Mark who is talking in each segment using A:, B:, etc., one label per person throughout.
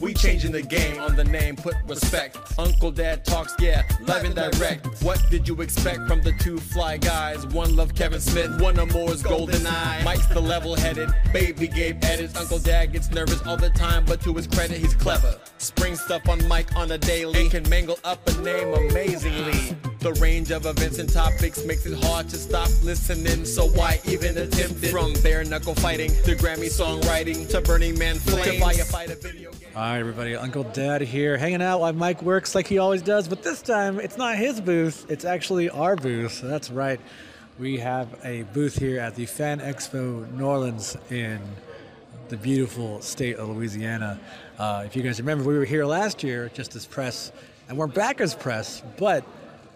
A: We changing the game on the name, put respect. Uncle Dad talks, yeah, live and direct. What did you expect from the two fly guys? One love Kevin Smith, one of Moore's golden eye. Mike's the level headed, baby Gabe edits. Uncle Dad gets nervous all the time, but to his credit, he's clever. Spring stuff on Mike on a daily and can mangle up a name amazingly. The range of events and topics makes it hard to stop listening, so why even attempt it? From bare knuckle fighting to Grammy songwriting to Burning Man flames to firefighter video game.
B: All right, everybody. Uncle Dad here, hanging out while Mike works like he always does, but this time it's not his booth, it's actually our booth. That's right. We have a booth here at the Fan Expo New Orleans in the beautiful state of Louisiana. Uh, if you guys remember, we were here last year just as press, and we're back as press, but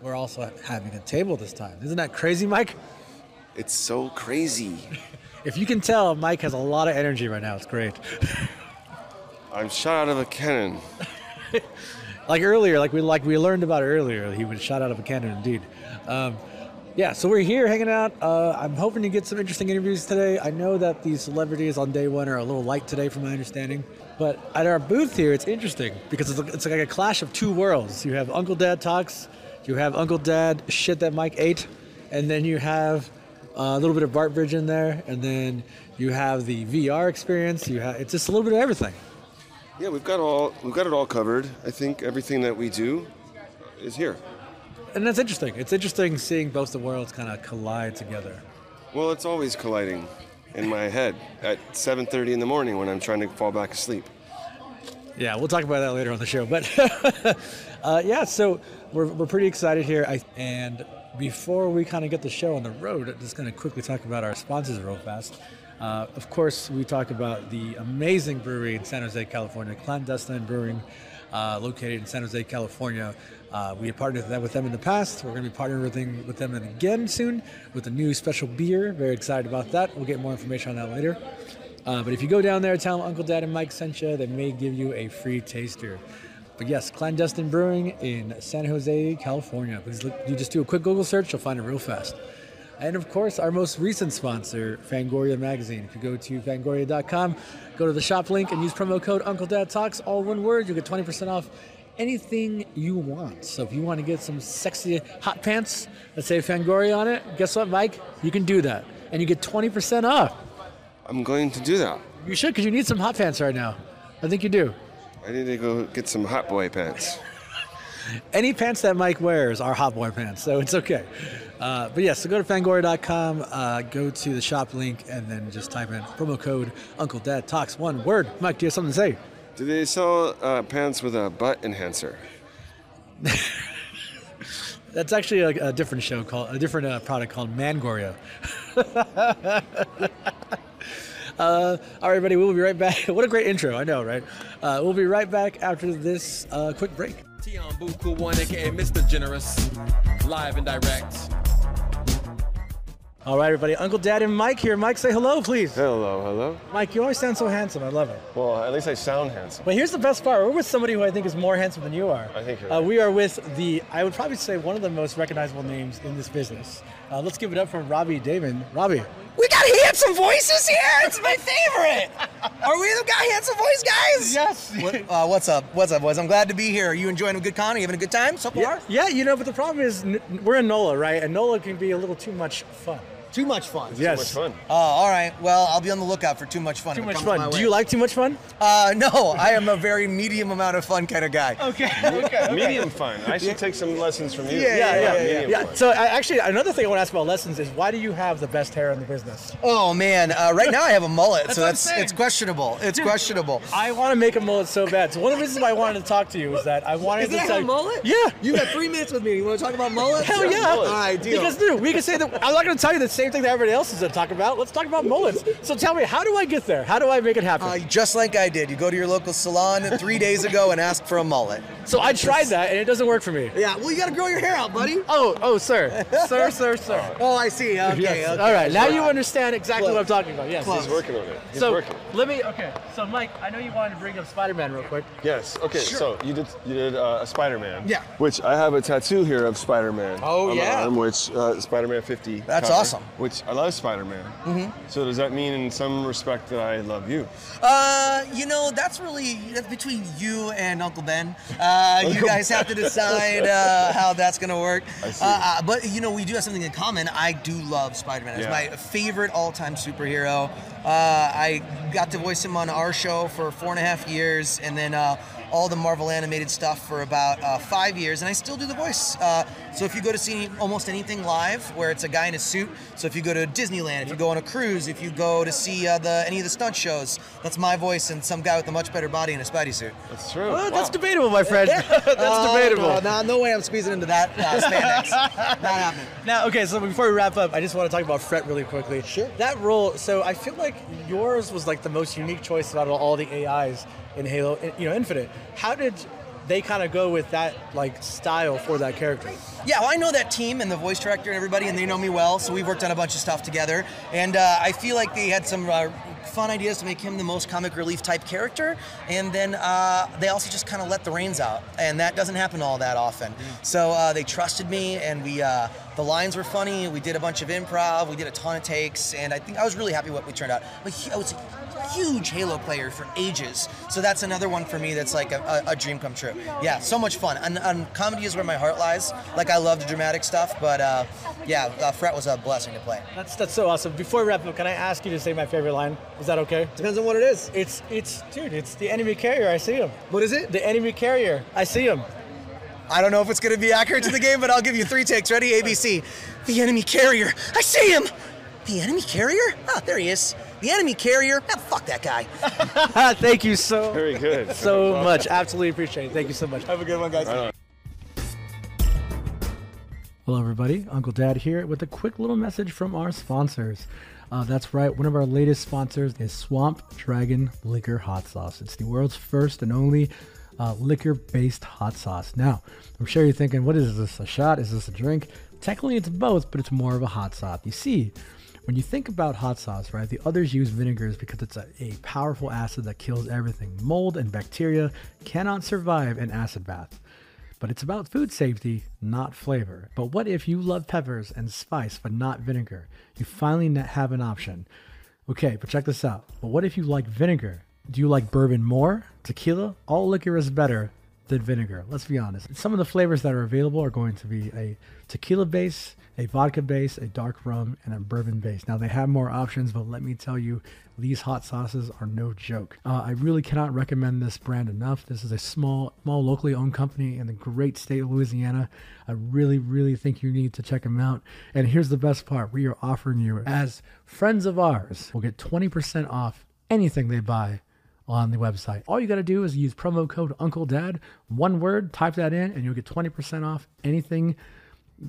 B: we're also having a table this time. Isn't that crazy, Mike?
C: It's so crazy.
B: If you can tell, Mike has a lot of energy right now. It's great.
C: I'm shot out of a cannon.
B: like earlier, like we like we learned about earlier, he was shot out of a cannon indeed. Um, yeah, so we're here hanging out. Uh, I'm hoping to get some interesting interviews today. I know that the celebrities on day one are a little light today, from my understanding. But at our booth here, it's interesting because it's, it's like a clash of two worlds. You have Uncle Dad talks, you have Uncle Dad shit that Mike ate, and then you have uh, a little bit of Bart Bridge in there, and then you have the VR experience. You have it's just a little bit of everything.
C: Yeah, we've got all we've got it all covered. I think everything that we do is here.
B: And that's interesting. It's interesting seeing both the worlds kind of collide together.
C: Well, it's always colliding in my head at 7:30 in the morning when I'm trying to fall back asleep.
B: Yeah, we'll talk about that later on the show. But uh, yeah, so we're, we're pretty excited here. I, and before we kind of get the show on the road, I'm just going to quickly talk about our sponsors real fast. Uh, of course, we talked about the amazing brewery in San Jose, California, Clandestine Brewing, uh, located in San Jose, California. Uh, we have partnered with them, with them in the past. We're going to be partnering with them, with them again soon with a new special beer. Very excited about that. We'll get more information on that later. Uh, but if you go down there, tell them Uncle Dad and Mike sent you, they may give you a free taster. But yes, Clandestine Brewing in San Jose, California. Please look, you just do a quick Google search, you'll find it real fast. And of course, our most recent sponsor, Fangoria Magazine. If you go to fangoria.com, go to the shop link and use promo code Uncle Dad Talks, all one word, you'll get 20% off anything you want. So if you want to get some sexy hot pants that say Fangoria on it, guess what, Mike? You can do that. And you get 20% off.
C: I'm going to do that.
B: You should, because you need some hot pants right now. I think you do.
C: I need to go get some hot boy pants.
B: Any pants that Mike wears are hot boy pants, so it's okay. Uh, but yeah, so go to fangoria.com, uh, go to the shop link, and then just type in promo code Uncle Dad Talks one word. Mike, do you have something to say?
C: Do they sell uh, pants with a butt enhancer?
B: That's actually a, a different show called a different uh, product called Mangoria. Uh, all right, everybody, we'll be right back. What a great intro, I know, right? Uh, we'll be right back after this uh, quick break.
A: Tion Buku One, aka Mr. Generous, live and direct.
B: All right, everybody, Uncle Dad and Mike here. Mike, say hello, please.
C: Hello, hello.
B: Mike, you always sound so handsome. I love it.
C: Well, at least I sound handsome.
B: But here's the best part. We're with somebody who I think is more handsome than you are.
C: I think you're
B: uh,
C: right.
B: we are with the, I would probably say, one of the most recognizable names in this business. Uh, let's give it up for Robbie Damon. Robbie.
D: We got handsome voices here. It's my favorite. Are we the guy handsome voice guys?
B: Yes.
D: What, uh, what's up? What's up, boys? I'm glad to be here. Are you enjoying a good con? Are you having a good time so far?
B: Yeah, yeah, you know, but the problem is n- we're in NOLA, right? And NOLA can be a little too much fun.
D: Too much fun.
B: Yes.
C: Fun.
D: Oh, all right. Well, I'll be on the lookout for too much fun.
B: Too
D: if it
B: much
D: comes my
B: fun. Do
D: way.
B: you like too much fun?
D: Uh, no, I am a very medium amount of fun kind of guy.
B: Okay.
C: Medium fun. I should take some lessons from you.
D: Yeah,
B: Yeah, yeah, yeah.
C: medium
B: yeah.
C: fun.
B: So I, actually, another thing I want to ask about lessons is why do you have the best hair in the business?
D: Oh man. Uh, right now I have a mullet, so
B: what I'm
D: that's
B: saying.
D: it's questionable. It's questionable.
B: I want to make a mullet so bad. So one of the reasons why I wanted to talk to you is that I wanted
D: Is
B: to
D: that
B: tell
D: a mullet?
B: Yeah.
D: You got three minutes with me. You want to talk about mullets?
B: Hell yeah!
D: All right, deal.
B: Because dude, we can say that I'm not going to tell you the same thing that everybody else is going to talk about. Let's talk about mullets. So tell me, how do I get there? How do I make it happen?
D: Uh, just like I did, you go to your local salon three days ago and ask for a mullet.
B: so I tried that and it doesn't work for me.
D: Yeah, well, you gotta grow your hair out, buddy.
B: Oh, oh, sir, sir, sir, sir.
D: Oh, I see. Okay,
B: Yes.
D: okay.
B: All right, now you understand exactly
D: Close.
B: what I'm talking about. Yes.
D: Close.
C: He's working on it. He's
B: So
C: working.
B: let me. Okay. So Mike, I know you wanted to bring up Spider-Man real quick.
C: Yes. Okay.
D: Sure.
C: So you did you did uh, a Spider-Man.
D: Yeah.
C: Which I have a tattoo here of Spider-Man.
D: Oh,
C: on my
D: yeah.
C: arm, which uh, Spider-Man 50.
D: That's
C: cover.
D: awesome.
C: which I love Spider-Man. So does that mean, in some respect, that I love you?
D: Uh, you know, that's really that's between you and Uncle Ben. Uh, you guys have to decide uh, how that's gonna work.
C: I see.
D: Uh, uh, but you know, we do have something in common. I do love Spider-Man. It's
C: Yeah.
D: my favorite all-time superhero. Uh, I got to voice him on our show for four and a half years, and then. Uh, all the Marvel animated stuff for about uh, five years, and I still do the voice. Uh, so if you go to see almost anything live, where it's a guy in a suit, so if you go to Disneyland, if you go on a cruise, if you go to see uh, the any of the stunt shows, that's my voice and some guy with a much better body in a Spidey suit.
C: That's true.
B: Well, that's
C: Wow.
B: debatable, my friend. that's
D: Oh,
B: debatable.
D: No, no, no way I'm squeezing into that uh, spandex. Not happening.
B: Now, okay, so before we wrap up, I just want to talk about Fret really quickly. Sure. That role, so I feel like yours was like the most unique choice out of all the AIs in Halo, in- you know, Infinite. How did they kind of go with that like style for that character?
D: Yeah, well, I know that team and the voice director and everybody, and they know me well, so we've worked on a bunch of stuff together. And uh, I feel like they had some uh, fun ideas to make him the most comic relief type character, and then uh, they also just kind of let the reins out, and that doesn't happen all that often. So uh, they trusted me, and we uh, the lines were funny. We did a bunch of improv, we did a ton of takes, and I think I was really happy what we turned out. I'm a hu- I was a huge Halo player for ages, so that's another one for me that's like a, a, a dream come true. Yeah, so much fun. And, and comedy is where my heart lies. Like I love the dramatic stuff, but uh, yeah, uh, Fret was a blessing to play.
B: That's that's so awesome. Before we wrap up, can I ask you to say my favorite line? Is that okay?
D: Depends on what it is.
B: It's it's dude, it's the enemy carrier. I see him.
D: What is it?
B: The enemy carrier. I see him.
D: I don't know if it's going to be accurate to the game, but I'll give you three takes. Ready? ABC. The enemy carrier. I see him. The enemy carrier? Ah, there he is. The enemy carrier. Ah, fuck that guy.
B: Thank you so
C: Very good.
B: so much. Absolutely appreciate it. Thank you so much.
D: Have a good one, guys.
B: Hello, everybody. Uncle Dad here with a quick little message from our sponsors. Uh, that's right, one of our latest sponsors is Swamp Dragon Liquor Hot Sauce. It's the world's first and only uh, liquor based hot sauce. Now, I'm sure you're thinking, what is this? A shot? Is this a drink? Technically, it's both, but it's more of a hot sauce. You see, when you think about hot sauce, right, the others use vinegars because it's a, a powerful acid that kills everything. Mold and bacteria cannot survive an acid bath. But it's about food safety, not flavor. But what if you love peppers and spice, but not vinegar? You finally na- have an option. Okay, but check this out. But what if you like vinegar? Do you like bourbon more? Tequila? All liquor is better than vinegar. Let's be honest. Some of the flavors that are available are going to be a tequila base, a vodka base, a dark rum, and a bourbon base. Now, they have more options, but let me tell you, these hot sauces are no joke. Uh, I really cannot recommend this brand enough. This is a small, small, locally owned company in the great state of Louisiana. I really, really think you need to check them out. And here's the best part we are offering you, as friends of ours, will get 20% off anything they buy on the website. All you got to do is use promo code Uncle Dad, one word, type that in, and you'll get 20% off anything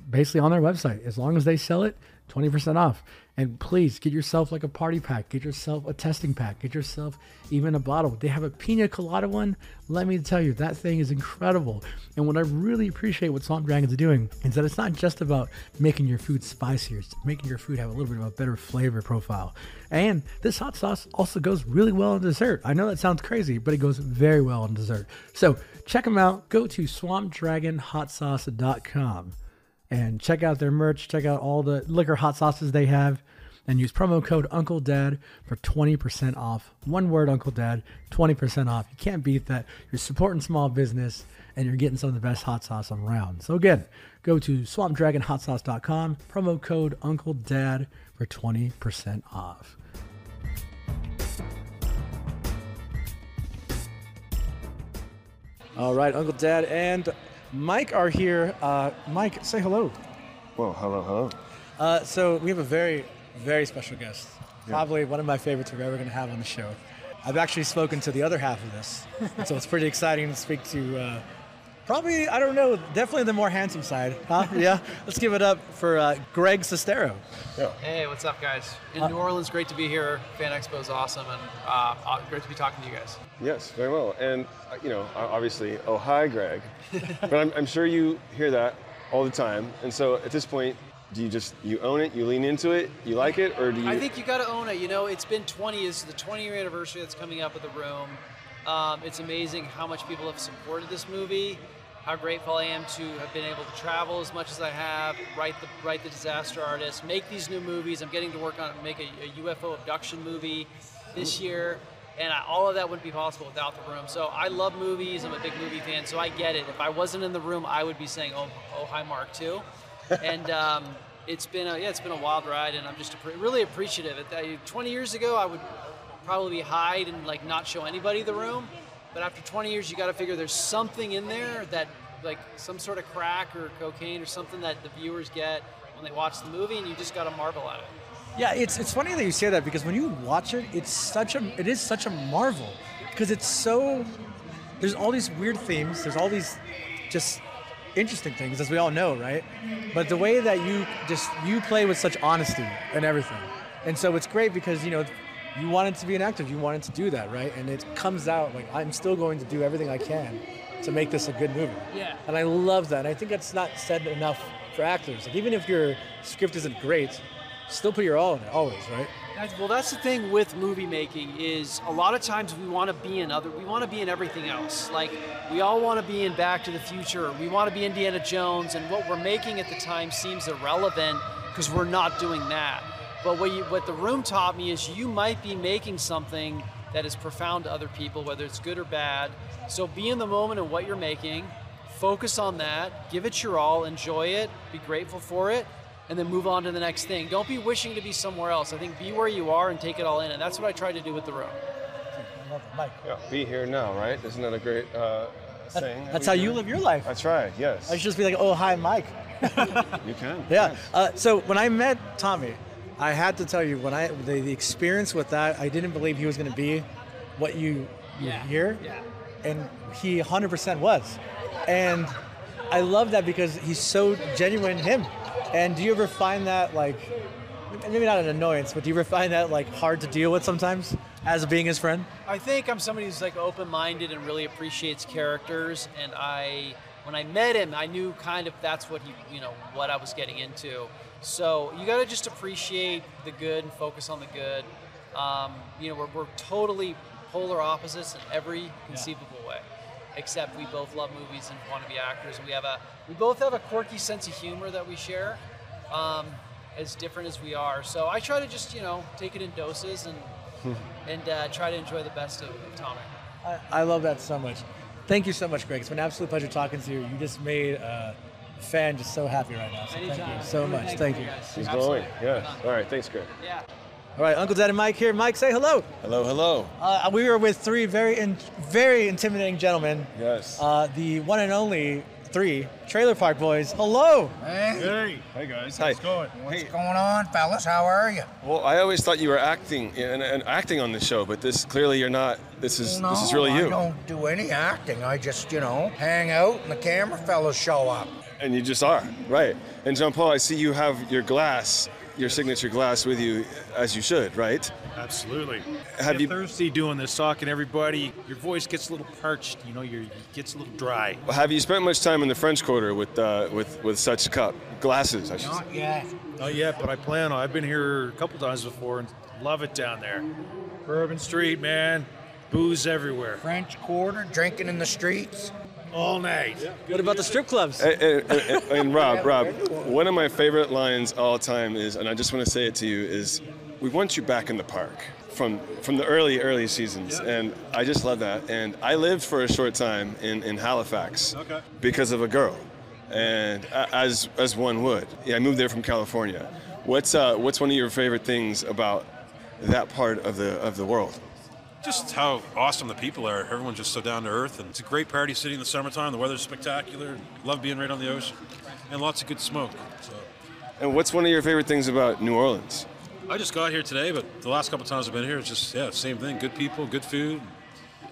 B: basically on their website. As long as they sell it, 20% off. And please get yourself like a party pack, get yourself a testing pack, get yourself even a bottle. They have a pina colada one. Let me tell you, that thing is incredible. And what I really appreciate what Swamp Dragon's doing is that it's not just about making your food spicier, it's making your food have a little bit of a better flavor profile. And this hot sauce also goes really well on dessert. I know that sounds crazy, but it goes very well on dessert. So check them out. Go to swampdragonhotsauce.com and check out their merch. Check out all the liquor hot sauces they have, and use promo code Uncle Dad for twenty percent off. One word, Uncle Dad, twenty percent off. You can't beat that. You're supporting small business, and you're getting some of the best hot sauce around. So again, go to swampdragonhotsauce.com. Promo code Uncle Dad for twenty percent off. All right, Uncle Dad and Mike are here. Uh, Mike, say hello.
C: Well, hello, hello.
B: Uh, so we have a very, very special guest. Probably one of my favorites we're ever going to have on the show. I've actually spoken to the other half of this, and so it's pretty exciting to speak to. Uh, probably, I don't know, definitely the more handsome side, huh? yeah. Let's give it up for uh, Greg Sestero.
E: Hey, what's up, guys? In New Orleans, great to be here. Fan Expo's awesome, and uh, uh, great to be talking to you guys.
C: Yes, very well. And uh, you know, o- obviously, oh hi, Greg. but I'm, I'm sure you hear that all the time. And so at this point, do you just you own it, you lean into it, you like it, or do you?
E: I think you got to own it. You know, it's been 20 is the 20 year anniversary that's coming up of the room. Um, it's amazing how much people have supported this movie. how grateful I am to have been able to travel as much as I have, write the write the disaster artist, make these new movies. I'm getting to work on make a, a UFO abduction movie this year, and I, all of that wouldn't be possible without the room. So I love movies. I'm a big movie fan, so I get it. If I wasn't in the room, I would be saying, "Oh, oh, hi, Mark," too. and um, it's been a, yeah, it's been a wild ride, and I'm just appre- really appreciative. At that, 20 years ago, I would probably hide and like not show anybody the room. But after 20 years, you got to figure there's something in there that, like, some sort of crack or cocaine or something that the viewers get when they watch the movie, and you just got to marvel at it.
B: Yeah, it's it's funny that you say that because when you watch it, it's such a it is such a marvel because it's so there's all these weird themes, there's all these just interesting things as we all know, right? But the way that you just you play with such honesty and everything. And so it's great because you know you wanted to be an actor, you wanted to do that, right? And it comes out like I'm still going to do everything I can to make this a good movie.
E: Yeah.
B: And I love that. And I think that's not said enough for actors. Like even if your script isn't great, still put your all in it always, right?
E: That's- well, that's the thing with movie making is a lot of times we want to be in other, we want to be in everything else. Like we all want to be in Back to the Future, we want to be Indiana Jones, and what we're making at the time seems irrelevant because we're not doing that. But what, you, what the room taught me is you might be making something that is profound to other people, whether it's good or bad. So be in the moment of what you're making, focus on that, give it your all, enjoy it, be grateful for it, and then move on to the next thing. Don't be wishing to be somewhere else. I think be where you are and take it all in. And that's what I tried to do with the room.
B: I love it. Mike.
F: Yeah, be here now, right? Isn't that a great uh, saying? that
B: That's
F: we
B: how
F: do?
B: you live your life.
F: That's right. Yes.
B: I should just be like, oh, hi, Mike.
F: You can.
B: Yeah. Uh, so when I met Tommy, I had to tell you when I the, the experience with that, I didn't believe he was going to be what you you
E: Yeah,
B: hear,
E: yeah.
B: and he 100% was, and I love that because he's so genuine in him. And do you ever find that like maybe not an annoyance, but do you ever find that like hard to deal with sometimes as being his friend?
E: I think I'm somebody who's like open-minded and really appreciates characters. And I, when I met him, I knew kind of that's what he, you know, what I was getting into. So you got to just appreciate the good and focus on the good. Um, you know, we're, we're totally polar opposites in every conceivable way, except we both love movies and want to be actors. And we have a, we both have a quirky sense of humor that we share, um, as different as we are. So I try to just, you know, take it in doses and and uh, try to enjoy the best of, of Tommy.
B: I, I love that so much. Thank you so much, Greg. It's been an absolute pleasure talking to you. You just made uh, a fan just so happy right now. So thank you so much. Thank you.
F: He's glowing. Yes. All right. Thanks, Greg.
E: Yeah.
B: All right, Uncle Dad and Mike here. Mike, say hello.
G: Hello, hello.
B: Uh, we are with three very, in, very intimidating gentlemen.
F: Yes.
B: Uh, the one and only three Trailer Park Boys. Hello.
H: Hey,
F: Hi guys.
H: how's it going?
F: Hey.
H: What's going on, fellas? How are you?
F: Well, I always thought you were acting and, and acting on this show, but this clearly you're not. This is this is really
H: I
F: you.
H: don't do any acting. I just, you know, hang out and the camera fellas show up.
F: and you just are right. And Jean Paul, I see you have your glass, your signature glass, with you as you should, right?
I: Absolutely.
F: Have
I: Get
F: you-
I: thirsty doing this talking to everybody? Your voice gets a little parched. You know, your it gets a little dry.
F: Have you spent much time in the French Quarter with uh, with with such cup glasses? I should. say.
H: Not yet.
I: Not yet, but I plan on. I've been here a couple times before and love it down there. Bourbon Street, man, booze everywhere,
H: French Quarter, drinking in the streets.
I: all night.
B: What about the strip clubs?
F: And, and- and- and Rob, Rob, one of my favorite lines all time is, and I just want to say it to you is, we want you back in the park from from the early early seasons, and I just love that. And I lived for a short time in in Halifax
I: Okay.
F: because of a girl, and a- as as one would. Yeah, I moved there from California. What's uh, what's one of your favorite things about that part of the of the world?
J: Just how awesome the people are. Everyone's just so down to earth, and it's a great party city in the summertime. The weather's spectacular. Love being right on the ocean, and lots of good smoke. So
F: And what's one of your favorite things about New Orleans?
J: I just got here today, but the last couple times I've been here, it's just yeah, same thing. Good people, good food,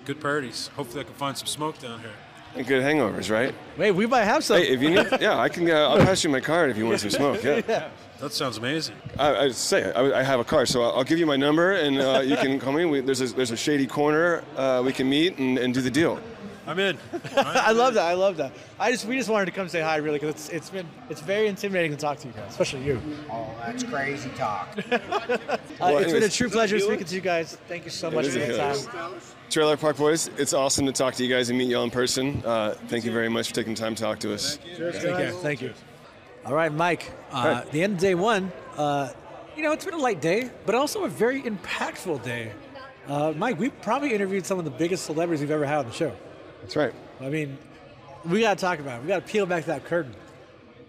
J: good parties. Hopefully, I can find some smoke down here.
F: And good hangovers, right?
B: Wait, we might have some.
F: Hey, if you need, yeah, I can. Uh, I'll pass you my card if you want some smoke. Yeah,
J: That sounds amazing.
F: I, I say I, I have a car, so I'll, I'll give you my number and uh, you can call me. We, there's a, there's a shady corner. Uh, we can meet and, and do the deal.
J: I'm in.
B: I love that. I love that. I just we just wanted to come say hi, really, because it's it's been it's very intimidating to talk to you guys, especially you.
H: Oh, that's crazy talk.
B: Uh, it's been a
F: anyways-
B: true pleasure speaking to you guys. Thank you so much
F: was
B: for
F: a
B: your
F: hit.
B: time.
F: Trailer Park Boys, it's awesome to talk to you guys and meet y'all in person. Uh, thank you very much for taking time to talk to us.
B: Take care. Thank you. All right, Mike. Uh,
F: Hey.
B: the end of day one. Uh, you know, it's been a light day, but also a very impactful day. Uh, Mike, we probably interviewed some of the biggest celebrities we've ever had on the show.
F: That's right.
B: I mean, we got to talk about it. We got to peel back that curtain.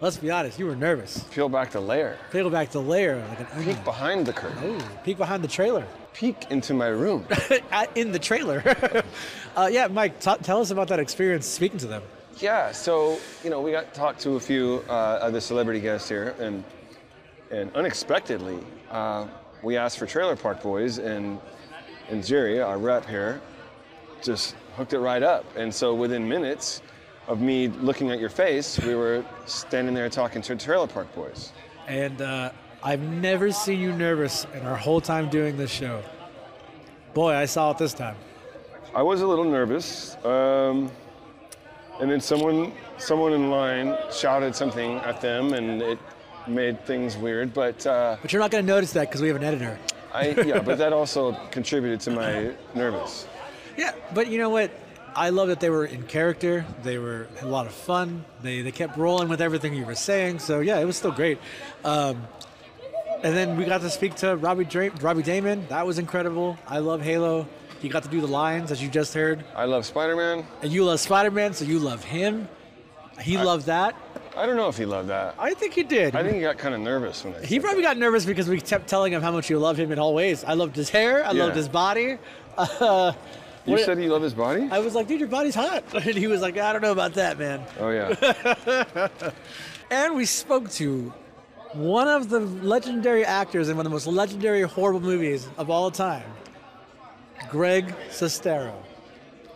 B: Let's be honest, you were nervous.
F: Peel back the layer.
B: Peel back the layer like an onion.
F: Peek behind the curtain.
B: Ooh, peek behind the trailer.
F: Peek into my room.
B: At- In the trailer. uh, yeah, Mike, t- tell us about that experience speaking to them.
F: Yeah, so you know, we got talked to a few uh, other celebrity guests here, and and unexpectedly, uh, we asked for Trailer Park Boys, and and Jerry, our rep here, just hooked it right up. And so within minutes of me looking at your face, we were standing there talking to Trailer Park Boys.
B: And uh, I've never seen you nervous in our whole time doing this show. Boy, I saw it this time.
F: I was a little nervous, um, and then someone someone in line shouted something at them, and it made things weird, but. Uh,
B: But you're not going to notice that because we have an editor.
F: I, yeah, but that also contributed to my nervous.
B: Yeah, but you know what? I love that they were in character. They were had a lot of fun. They they kept rolling with everything you were saying. So yeah, it was still great. Um, and then we got to speak to Robbie Dra- Robbie Damon. That was incredible. I love Halo. He got to do the lines as you just heard.
F: I love Spider-Man.
B: And you love Spider Man, so you love him. He loved that.
F: I don't know if he loved that.
B: I think he did.
F: I think he got kind of nervous when I.
B: he
F: said
B: probably got nervous because we kept telling him how much you love him in all ways. I loved his hair. I
F: Yeah.
B: loved his body. Uh,
F: that. You said you love his body.
B: I was like, dude, your body's hot. And he was like, I don't know about that, man.
F: oh yeah.
B: And we spoke to one of the legendary actors in one of the most legendary horrible movies of all time, Greg Sestero.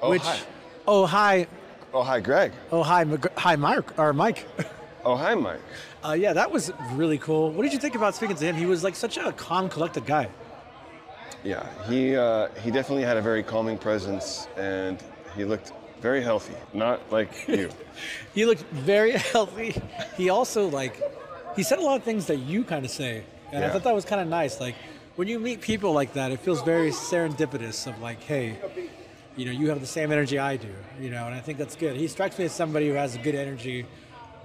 F: Oh
B: which,
F: hi.
B: oh hi,
F: Oh hi, Greg.
B: oh hi, Mag- hi, Mark or Mike.
F: Oh hi, Mike.
B: Uh, yeah, that was really cool. What did you think about speaking to him? He was like such a calm, collected guy.
F: Yeah, he uh, he definitely had a very calming presence, and he looked very healthy. Not like you.
B: He looked very healthy. He also like he said a lot of things that you kind of say, and I
F: Yeah.
B: thought that was kind of nice. Like when you meet people like that, it feels very serendipitous. Of like, hey, you know, you have the same energy I do, you know, and I think that's good. He strikes me as somebody who has good energy,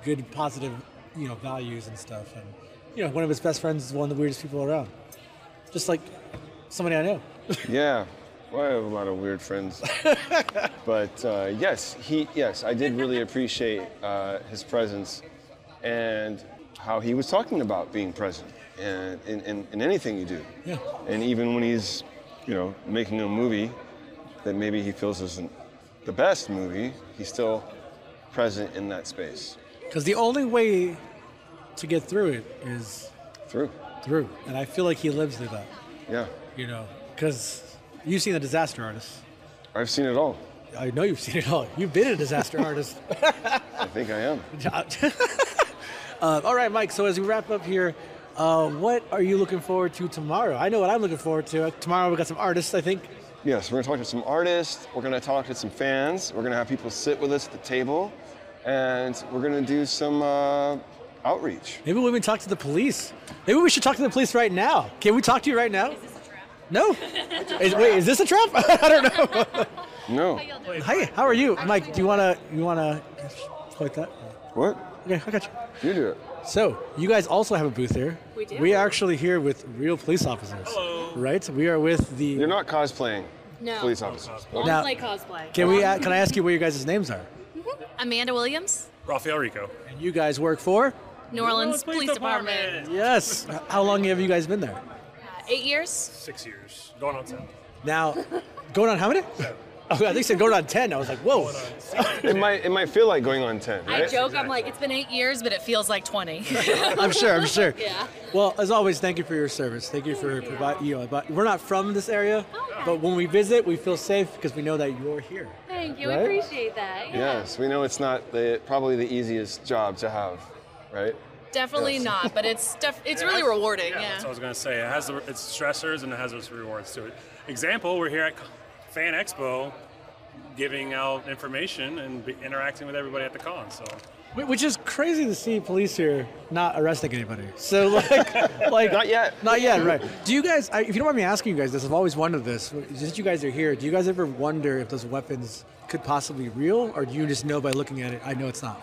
B: good positive, you know, values and stuff. And you know, one of his best friends is one of the weirdest people around, just like somebody I know.
F: Yeah. Well, I have a lot of weird friends. but uh, yes, he yes, I did really appreciate uh, his presence and how he was talking about being present and in, in, in anything you do.
B: Yeah.
F: And even when he's, you know, making a movie that maybe he feels isn't the best movie, he's still present in that space.
B: Because the only way to get through it is
F: Through.
B: through, and I feel like he lives through that.
F: Yeah.
B: you know, because you've seen the disaster artist.
F: I've seen it all.
B: I know you've seen it all. You've been a disaster artist.
F: I think I am.
B: Uh, all right, Mike. So as we wrap up here, uh, what are you looking forward to tomorrow? I know what I'm looking forward to. Tomorrow we got some artists. I think
F: Yes, we're gonna talk to some artists. We're gonna talk to some fans. We're gonna have people sit with us at the table, and we're gonna do some uh, outreach.
B: maybe when we talk to the police, maybe we should talk to the police right now. Can we talk to you right now? Is this a trap? No. Is- wait, is this a trap? I don't know.
F: No,
B: Hi, how are you, Mike? Do you wanna you wanna like that?
F: what?
B: Okay, I got you.
F: You do it.
B: So, you guys also have a booth here.
K: We do.
B: We are actually here with real police officers. Right? We are with the.
F: You're not cosplaying
K: No.
F: police officers.
K: Long
B: Now-
K: play cosplay. Um,
B: Can we? a- Can I ask you what your guys' names are?
K: Amanda Williams,
L: Rafael Rico.
B: And you guys work for?
K: New Orleans Police Department.
B: Yes. How long have you guys been there?
K: Uh, eight years.
L: Six years. Going on seven.
B: Now, going on how many? Oh, I think you said going on ten. I was like, whoa.
F: It might it might feel like going on ten, right?
K: I joke, I'm like, it's been eight years, but it feels like 20.
B: I'm sure. I'm sure.
K: Yeah.
B: Well, as always, thank you for your service. Thank you for providing. You know, but we're not from this area, but when we visit, we feel safe because we know that you're here.
M: Thank you.
B: Right?
M: I appreciate that. Yeah.
F: Yes, we know it's not the probably the easiest job to have, right?
K: Definitely
F: Yes.
K: not, but it's def- it's really rewarding. Yeah.
L: That's what I was going to say. It has the, its stressors and it has its rewards to it. Example, we're here at Fan Expo. giving out information and be interacting with everybody at the con. So
B: Wh- Which is crazy to see police here not arresting anybody. So like, like not yet, not yet, right? Do you guys, I, if you don't mind me asking you guys this, I've always wondered this. Since you guys are here, do you guys ever wonder if those weapons could possibly be real, or do you just know by looking at it? I know it's not.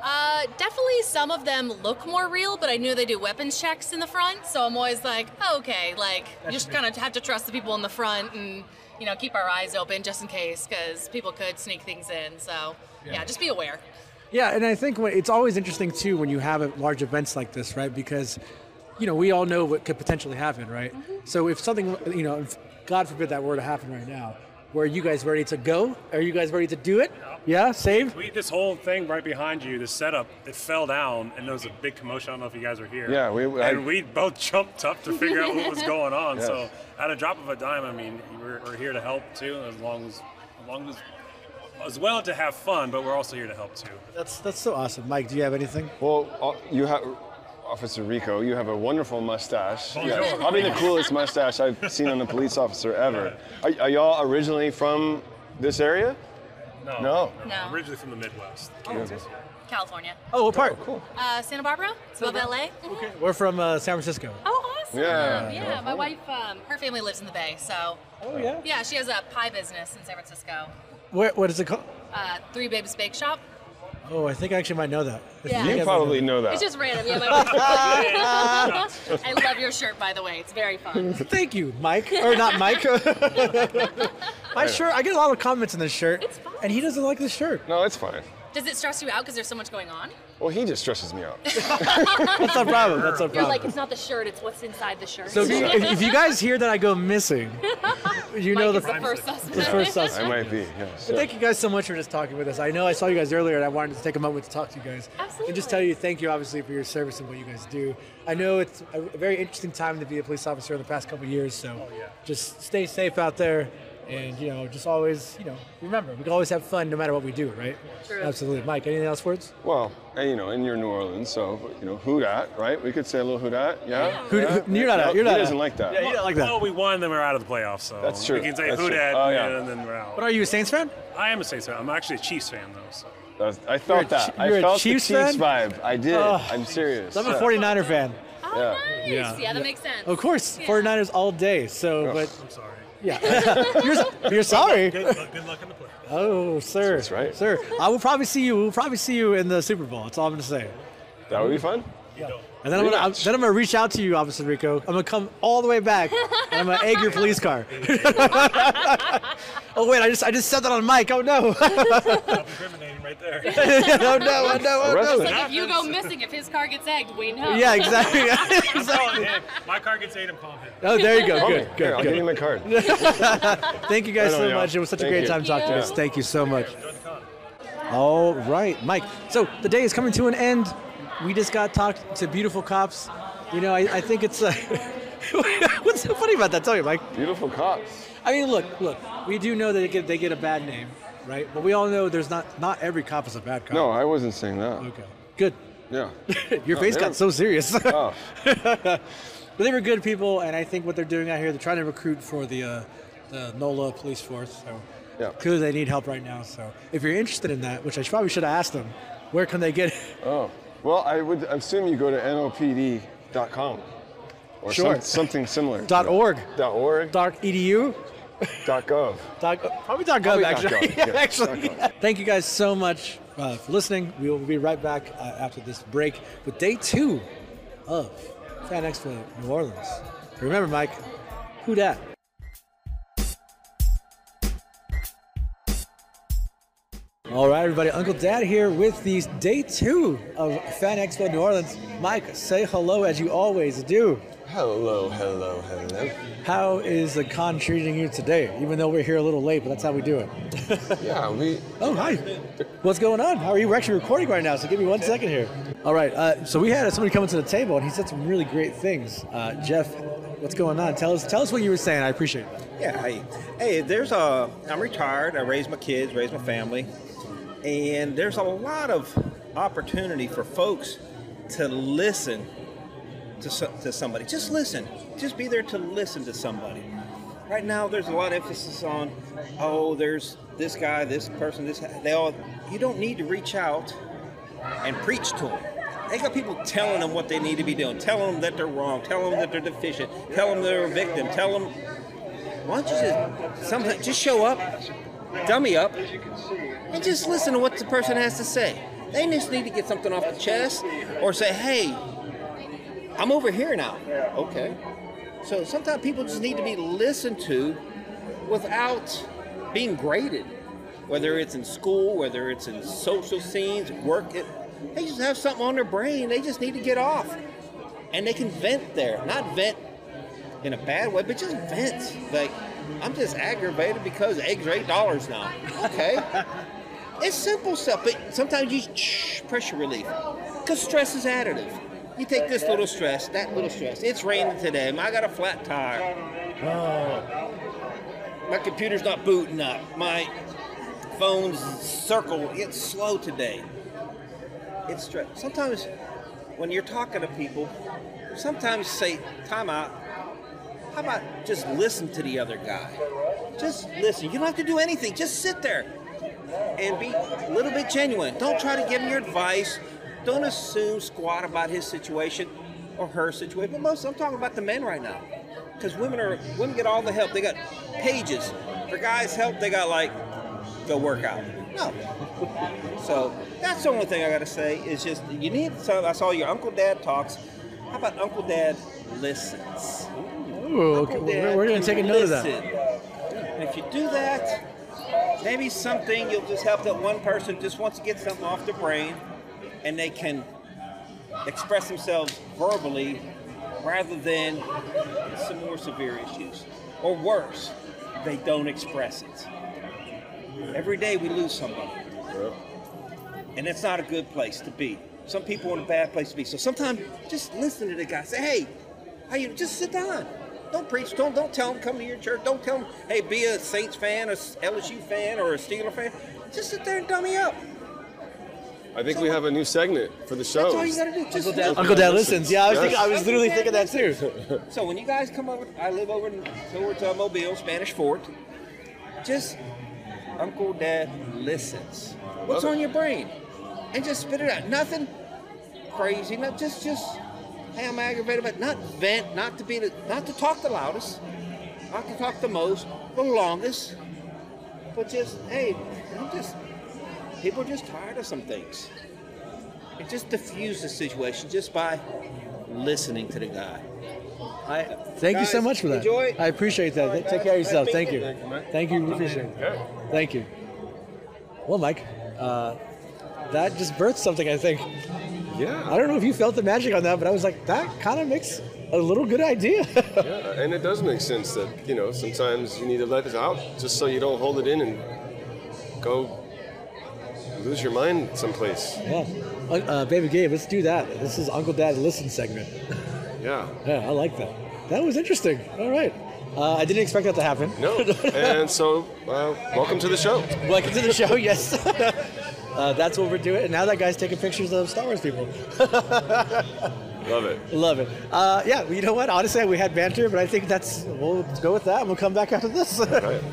K: Uh, definitely some of them look more real, but I knew they do weapons checks in the front, so I'm always like, oh, okay, like, you just kind of have to trust the people in the front and, you know, keep our eyes open just in case, because people could sneak things in. So, yeah,
B: Yeah.
K: just be aware.
B: Yeah, and I think when, it's always interesting too when you have at large events like this, right? Because you know we all know what could potentially happen, right? So if something, you know, if, God forbid that were to happen right now, were you guys ready to go? Are you guys ready to do it? Yeah, save.
L: we this whole thing right behind you, the setup, it fell down, and there was a big commotion. I don't know if you guys were here.
C: Yeah, we- I-
L: and we both jumped up to figure out what was going on.
C: Yes.
L: So at a drop of a dime, I mean, we're, we're here to help too, as long as, as long as, as well to have fun, but we're also here to help too.
B: That's that's so awesome, Mike. Do you have anything?
C: Well, uh, you have Officer Rico. You have a wonderful mustache.
B: Bonjour.
C: probably the coolest mustache I've seen on a police officer ever. Are, are y'all originally from this area?
L: No.
C: No.
K: No.
L: Originally from the Midwest.
K: California.
B: Oh, what part? cool.
K: Uh, Santa Barbara? Above LA? Okay.
B: We're from uh, San Francisco.
K: Oh, awesome.
B: Yeah.
K: Yeah, my wife, um, her family lives in the Bay, so.
B: Oh, yeah?
K: Yeah, she has a pie business in San Francisco.
B: Where, what is it called?
K: Uh, Three Babes Bake Shop.
B: Oh, I think I actually might know that.
K: Yeah.
C: You probably know
K: It's just random. Yeah, my I love your shirt, by the way. It's very fun.
B: Thank you, Mike. Or not Mike. My shirt. I get a lot of comments on this shirt, it's fine. and he doesn't like this shirt.
C: No, it's fine.
K: Does it stress you out because there's so much going on?
C: Well, he just stresses me out.
B: That's our problem. That's our
N: You're
B: problem.
N: like, it's not the shirt, it's what's inside the shirt.
B: So if you, if, if you guys hear that I go missing, you know the,
N: is the first suspect.
B: The first suspect.
C: I might be. Yes.
B: But thank you guys so much for just talking with us. I know I saw you guys earlier, and I wanted to take a moment to talk to you guys and just tell you thank you, obviously, for your service and what you guys do. I know it's a very interesting time to be a police officer in the past couple of years, so
C: Oh,
B: just stay safe out there, and you know, just always, you know, remember we can always have fun no matter what we do, right?
C: True.
B: Absolutely, Mike. Anything else, words?
C: Well, and, you know, and you're New Orleans, so you know, who dat, right? We could say a little who dat, yeah.
B: Who-
C: yeah.
B: who- you're not out, you're
C: he
B: not
C: doesn't
B: out.
C: like that.
B: Yeah, you don't like that.
L: Well, we won, then we're out of the playoffs. So
C: That's true.
L: We can say
C: That's
L: who
C: true.
L: dat,
C: Oh, yeah.
L: and then we're out.
B: But are you a Saints fan?
L: I am a Saints fan. I'm actually a Chiefs fan though. So.
C: That's- I
B: You're a
C: felt that.
B: Chi-
C: I
B: you're a
C: felt
B: Chiefs
C: the Chiefs
B: fan?
C: vibe. I did.
B: Oh.
C: I'm serious.
B: So I'm a
C: Yeah.
B: 49er fan.
C: Yeah.
K: Nice. Yeah, that makes sense.
B: Of course, 49ers all day. So, but
L: I'm sorry.
B: Yeah, you're, you're sorry.
L: Good luck, good luck in the play.
B: Oh, sir. That's right. Sir, I will probably see you. We'll probably see you in the Super Bowl. That's all I'm going to say.
C: That would be fun.
B: And then I'm, gonna, I'm, then I'm gonna reach out to you, Officer Rico. I'm gonna come all the way back, and I'm gonna egg your police car. oh wait, I just I just said that on mic. Oh no.
L: Incriminating right there.
B: oh no! Oh no! Oh
K: Just
B: no!
K: like if you go missing, if his car gets egged, we know.
B: Yeah, exactly.
L: I'm calling him. My car gets eight. I'm calling him.
B: Oh, there you go.
C: Call me.
B: Good,
C: Here,
B: good,
C: I'll
B: good.
C: give you my card.
B: Thank you guys
C: Right on,
B: so
C: y'all.
B: much. It was such
C: Thank
B: a great
C: you.
B: time talking to
C: Yeah.
B: us. Thank you so much. All right, Mike. So the day is coming to an end. We just got talked to beautiful cops. You know, I, I think it's. Uh, what's so funny about that? Tell me, Mike.
C: Beautiful cops.
B: I mean, look, look. We do know that they get, they get a bad name, right? But we all know there's not not every cop is a bad cop.
C: No, I wasn't saying that.
B: Okay. Good.
C: Yeah.
B: Your
C: No,
B: face
C: they
B: got
C: were-
B: so serious.
C: Oh.
B: but they were good people, and I think what they're doing out here, they're trying to recruit for the uh, the NOLA police force. So
C: Yeah.
B: clearly they need help right now. So if you're interested in that, which I should- probably should have asked them, where can they get it?
C: Oh. Well, I would assume you go to nopd.com or
B: Sure.
C: some, something similar.
B: Dot org.
C: Dot org.
B: Dot edu.
C: Dot gov.
B: Dot, probably dot gov,
C: Probably dot
B: actually.
C: gov,
B: Yeah,
C: Oh, yeah,
B: actually.
C: dot
B: Thank you guys so much uh, for listening. We will be right back uh, after this break with day two of Fan Expo New Orleans. Remember, Mike, who dat? All right, everybody. Uncle Dad here with the day two of Fan Expo New Orleans. Mike, say hello as you always do.
C: Hello, hello, hello.
B: How is the con treating you today? Even though we're here a little late, but that's how we do it.
C: Yeah, we.
B: Oh, hi. What's going on? How are you? We're actually recording right now, so give me one second here. All right. Uh, so we had somebody coming to the table, and he said some really great things. Uh, Jeff, what's going on? Tell us, tell us what you were saying. I appreciate that.
O: Yeah, hey, hey, there's a. I'm retired. I raise my kids, raise my family, and there's a lot of opportunity for folks to listen to so- to somebody. Just listen. Just be there to listen to somebody. right now there's a lot of emphasis on, oh, there's this guy, this person, this. They all. You don't need to reach out and preach to them. They got people telling them what they need to be doing, telling them that they're wrong, telling them that they're deficient, telling them they're a victim, tell them. Why don't you just something? Just show up, dummy up, and just listen to what the person has to say. They just need to get something off the chest or say, hey, I'm over here now. Okay. So sometimes people just need to be listened to without being graded, whether it's in school, whether it's in social scenes, work. It, they just have something on their brain. They just need to get off. And they can vent there. Not vent in a bad way, but just vent. Like, I'm just aggravated because eggs are $8 now. Okay. it's simple stuff, but sometimes you shh, pressure relief because stress is additive. You take this little stress, that little stress. It's raining today. I got a flat tire. Oh. My computer's not booting up. My phone's circle. It's slow today. It's stress. Sometimes when you're talking to people, sometimes say, time out. How about just listen to the other guy? Just listen. You don't have to do anything. Just sit there and be a little bit genuine. Don't try to give him your advice. Don't assume squat about his situation or her situation. But most, I'm talking about the men right now, because women are women get all the help. They got pages for guys' help. They got like go work out. No. So that's the only thing I got to say is just you need some. I saw your uncle dad talks. How about Uncle Dad listens?
B: Ooh, okay. We're, we're going to take a note of that.
O: And if you do that, maybe something you'll just help that one person just wants to get something off their brain and they can express themselves verbally rather than some more severe issues. Or worse, they don't express it. Every day we lose somebody. And it's not a good place to be. Some people are in a bad place to be. So sometimes just listen to the guy. Say, hey, how you just sit down. Don't preach to them. Don't tell them come to your church. Don't tell them, hey, be a Saints fan, a LSU fan, or a Steeler fan. Just sit there and dummy up.
C: I think we have a new segment for the show.
O: That's
F: Oh.
O: all you gotta do. Just
B: Uncle Dad listens. Yeah, I was, thinking, I was literally thinking that too.
O: So when you guys come over, I live over in over to Mobile, Spanish Fort. Just Uncle Dad listens. What's on your brain? And just spit it out. Nothing crazy. Not just just. Hey, I'm aggravated, but not vent, not to be the, not to talk the loudest, not to talk the most, the longest, but just hey, I'm just people are just tired of some things. It just diffuses the situation just by listening to the guy. I,
B: Thank you so
O: guys,
B: much for that.
O: Enjoy.
B: I appreciate that.
O: Alright,
B: Take care of
O: guys.
B: yourself.
O: Happy
B: Thank you.
O: Thank you, man.
B: Thank you. Appreciate
O: Okay.
B: it. Thank you. Well, Mike, uh, that just birthed something, I think.
C: Yeah.
B: I don't know if you felt the magic on that, but I was like, that kind of makes a little good idea.
C: Yeah, and it does make sense that you know sometimes you need to let it out just so you don't hold it in and go lose your mind someplace.
B: yeah. Uh, uh, Baby Gabe, let's do that. This is Uncle Dad Listen segment.
C: Yeah.
B: Yeah, I like that. That was interesting. All right. Uh, I didn't expect that to happen.
C: No. and so, uh, welcome to the show.
B: Welcome to the show. Yes. uh, that's what we're doing. And now that guy's taking pictures of Star Wars people.
C: Love it.
B: Love it. Uh, yeah, well, you know what? Honestly, we had banter, but I think that's we'll go with that, and we'll come back after this.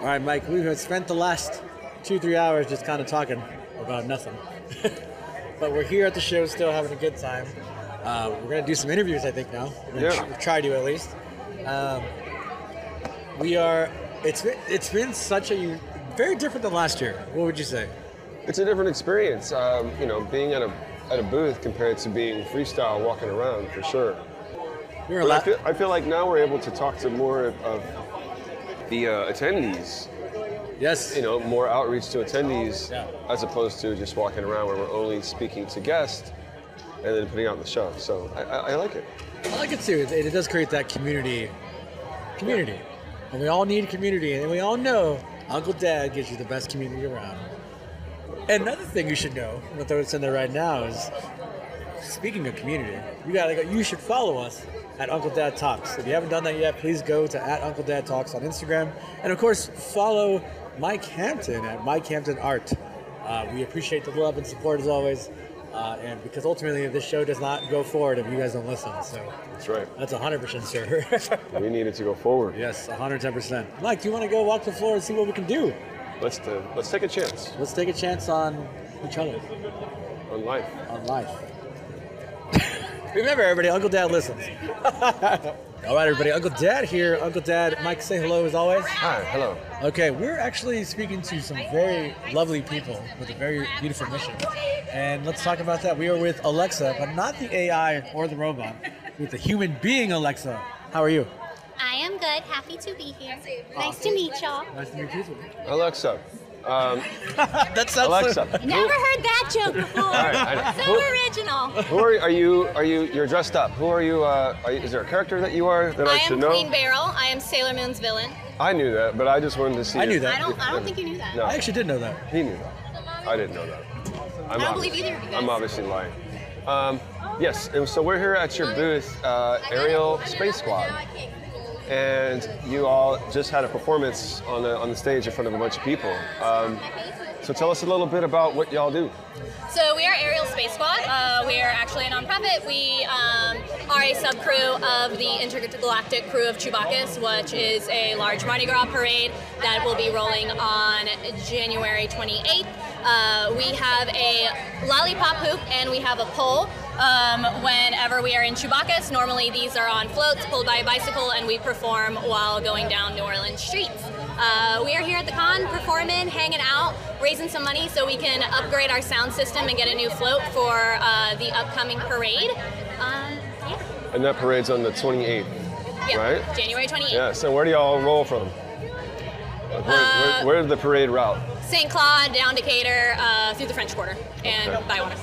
B: All right, Mike. We have spent the last two, three hours just kind of talking about nothing, but we're here at the show, still having a good time. Uh, we're gonna do some interviews, I think now. We're gonna
C: Yeah.
B: tr- try to at least. Um, we are. It's been, it's been such a u- very different than last year. What would you say?
C: It's a different experience, um, you know, being at a at a booth compared to being freestyle walking around for sure.
B: You're
C: But I, feel, I feel like now we're able to talk to more of- of the uh, attendees.
B: Yes.
C: You know, more outreach to attendees as opposed to just walking around where we're only speaking to guests and then putting out the show. So I, I, I like it.
B: I like it too. It, it does create that community, community, and we all need community, and we all know Uncle Dad gives you the best community around. And another thing you should know, I'm gonna throw this in there right now, is speaking of community, you gotta go. You should follow us at Uncle Dad Talks. If you haven't done that yet, please go to at Uncle Dad Talks on Instagram, and of course follow Mike Hampton at Mike Hampton Art. Uh, we appreciate the love and support as always. Uh, and because ultimately this show does not go forward if you guys don't listen. So
P: That's right.
B: that's 100% sure.
P: We need it to go forward.
B: Yes, 110%. Mike, do you want to go walk the floor and see what we can do?
P: Let's do, let's take a chance
B: Let's take a chance on each other,
P: on life.
B: on life. Remember, everybody, Uncle Dad listens. All right, everybody, Uncle Dad here. Uncle Dad, Mike, say hello as always.
F: Hi, hello.
B: Okay, we're actually speaking to some very lovely people with a very beautiful mission. And let's talk about that. We are with Alexa, but not the AI or the robot, with the human being Alexa. How are you?
Q: I am good. Happy to be here. Nice to meet y'all.
B: Nice to meet you.
F: Alexa. Um,
B: that
Q: sounds
F: Alexa.
Q: Never heard that joke before.
F: right, I-
Q: so
F: who-
Q: original.
F: Who are, are you? Are you? You're dressed up. Who are you? Uh, are you is there a character that you are that I,
Q: I am
F: should know?
Q: Queen Barrel. I am Sailor Moon's villain.
F: I knew that, but I just wanted to see.
Q: I knew
F: if-
Q: that. I don't- I don't
F: if-
Q: think you knew that.
F: No.
Q: I actually
B: did know that.
F: He knew that. I didn't know that. I'm
Q: I don't
F: obvious-
Q: believe either of you guys.
F: I'm obviously lying. Um, yes, and so we're here at your booth, uh, Aerial Space Squad, and you all just had a performance on the on the stage in front of a bunch of people. Um, so tell us a little bit about what y'all do.
N: So we are Aerial Space Squad. Uh, we are actually a nonprofit. We um, are a sub crew of the intergalactic crew of Chewbacca's, which is a large Mardi Gras parade that will be rolling on January 28th. Uh, we have a lollipop hoop and we have a pole. Um, whenever we are in Chewbacca's, normally these are on floats pulled by a bicycle, and we perform while going down New Orleans streets. Uh, we are here at the con performing, hanging out, raising some money so we can upgrade our sound system and get a new float for uh, the upcoming parade. Uh, yeah.
F: And that parade's on the 28th,
N: Yeah,
F: right?
N: January 28th.
F: Yes. And where do y'all roll from? Like, where,
N: Uh,
F: where, where's the parade route?
N: St. Claude, down Decatur, uh, through the French Quarter, and Bywater.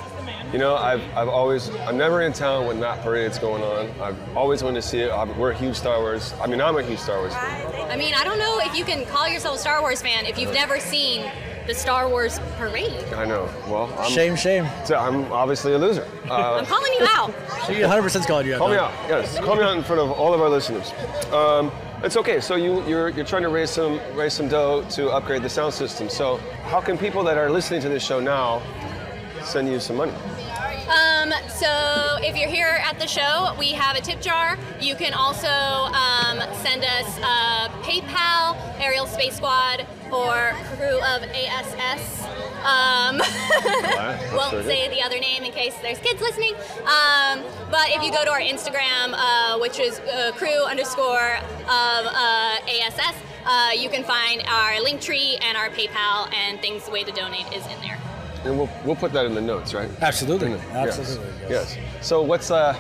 F: You know, I've, I've always, I'm never in town when not parades going on. I've always wanted to see it. I'm, we're a huge Star Wars. I mean, I'm a huge Star Wars fan.
N: I mean, I don't know if you can call yourself a Star Wars fan if you've never seen the Star Wars parade.
F: I know. Well, I'm,
B: Shame, shame.
F: So I'm obviously a loser. Uh,
N: I'm calling you out.
B: She 100% called you out.
F: Call me
B: though.
F: out. Yes, call me out in front of all of our listeners. Um, it's okay. So you, you're you're trying to raise some raise some dough to upgrade the sound system. So how can people that are listening to this show now send you some money?
N: Um, so if you're here at the show, we have a tip jar. You can also um, send us uh, PayPal, Aerial Space Squad, or crew of ASS. Um,
Q: that's
N: won't
Q: very
N: say
Q: good.
N: the other name in case there's kids listening. Um, but if you go to our Instagram, uh, which is uh, crew underscore of uh, ASS, uh, you can find our link tree and our PayPal, and things way to donate is in there.
F: And we'll we'll put that in the notes, right?
B: Absolutely.
F: Absolutely. Yes. So what's uh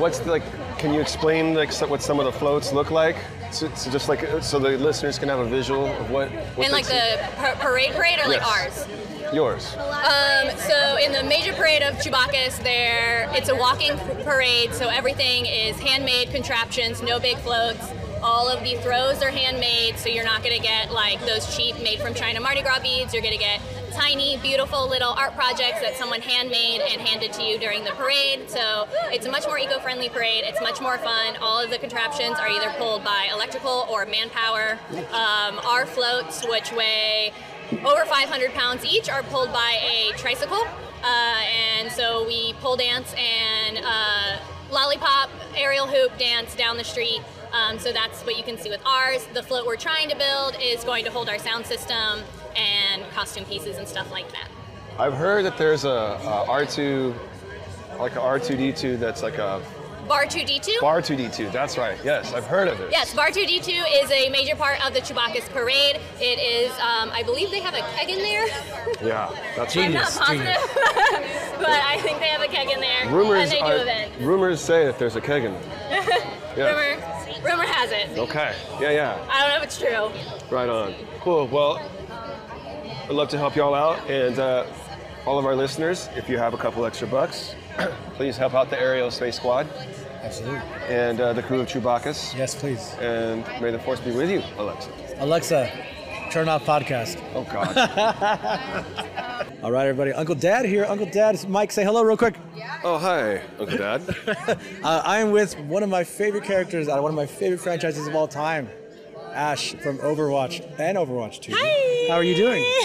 F: what's the, like can you explain like so, what some of the floats look like? So, so just like uh, so the listeners can have a visual of what, what
N: and like
F: they
N: the par- parade parade or like
F: Yes.
N: ours?
F: see. yours.
N: Um, so in the major parade of Chewbacca's, there it's a walking parade, so everything is handmade contraptions, no big floats. All of the throws are handmade, so you're not gonna get like those cheap made from China Mardi Gras beads. You're gonna get tiny, beautiful little art projects that someone handmade and handed to you during the parade. So it's a much more eco-friendly parade. It's much more fun. All of the contraptions are either pulled by electrical or manpower. Um, our floats, which weigh over 500 pounds each are pulled by a tricycle. Uh, and so we pole dance and uh, lollipop, aerial hoop dance down the street. Um, so that's what you can see with ours. The float we're trying to build is going to hold our sound system and costume pieces and stuff like that.
F: I've heard that there's a, a R2 like a R2D2 that's like a
N: Bar 2D2?
F: bar 2D2. That's right. Yes, I've heard of it.
N: Yes, Bar 2D2 is a major part of the Chewbacca's parade. It is, um, I believe they have a keg in there.
F: Yeah, that's
N: I'm not positive, but I think they have a keg in there. and
F: Rumors
N: they do
F: are-
N: events.
F: rumors say that there's a keg in there. Yeah.
N: rumor, rumor has it.
F: Okay. Yeah, yeah.
N: I don't know if it's true.
F: Right on. Cool. Well, I'd love to help y'all out. And uh, all of our listeners, if you have a couple extra bucks, please help out the Aerial Space Squad
B: Absolutely.
F: and uh, the crew of Chewbacca's.
B: Yes, please.
F: And may the force be with you, Alexa.
B: Alexa, turn off podcast.
F: Oh, God.
B: All right, everybody. Uncle Dad here. Uncle Dad, Mike, say hello real quick.
F: Oh, hi, Uncle Dad.
B: Uh, I am with one of my favorite characters out of one of my favorite franchises of all time, Ash from Overwatch and Overwatch 2. Hi. How are you doing?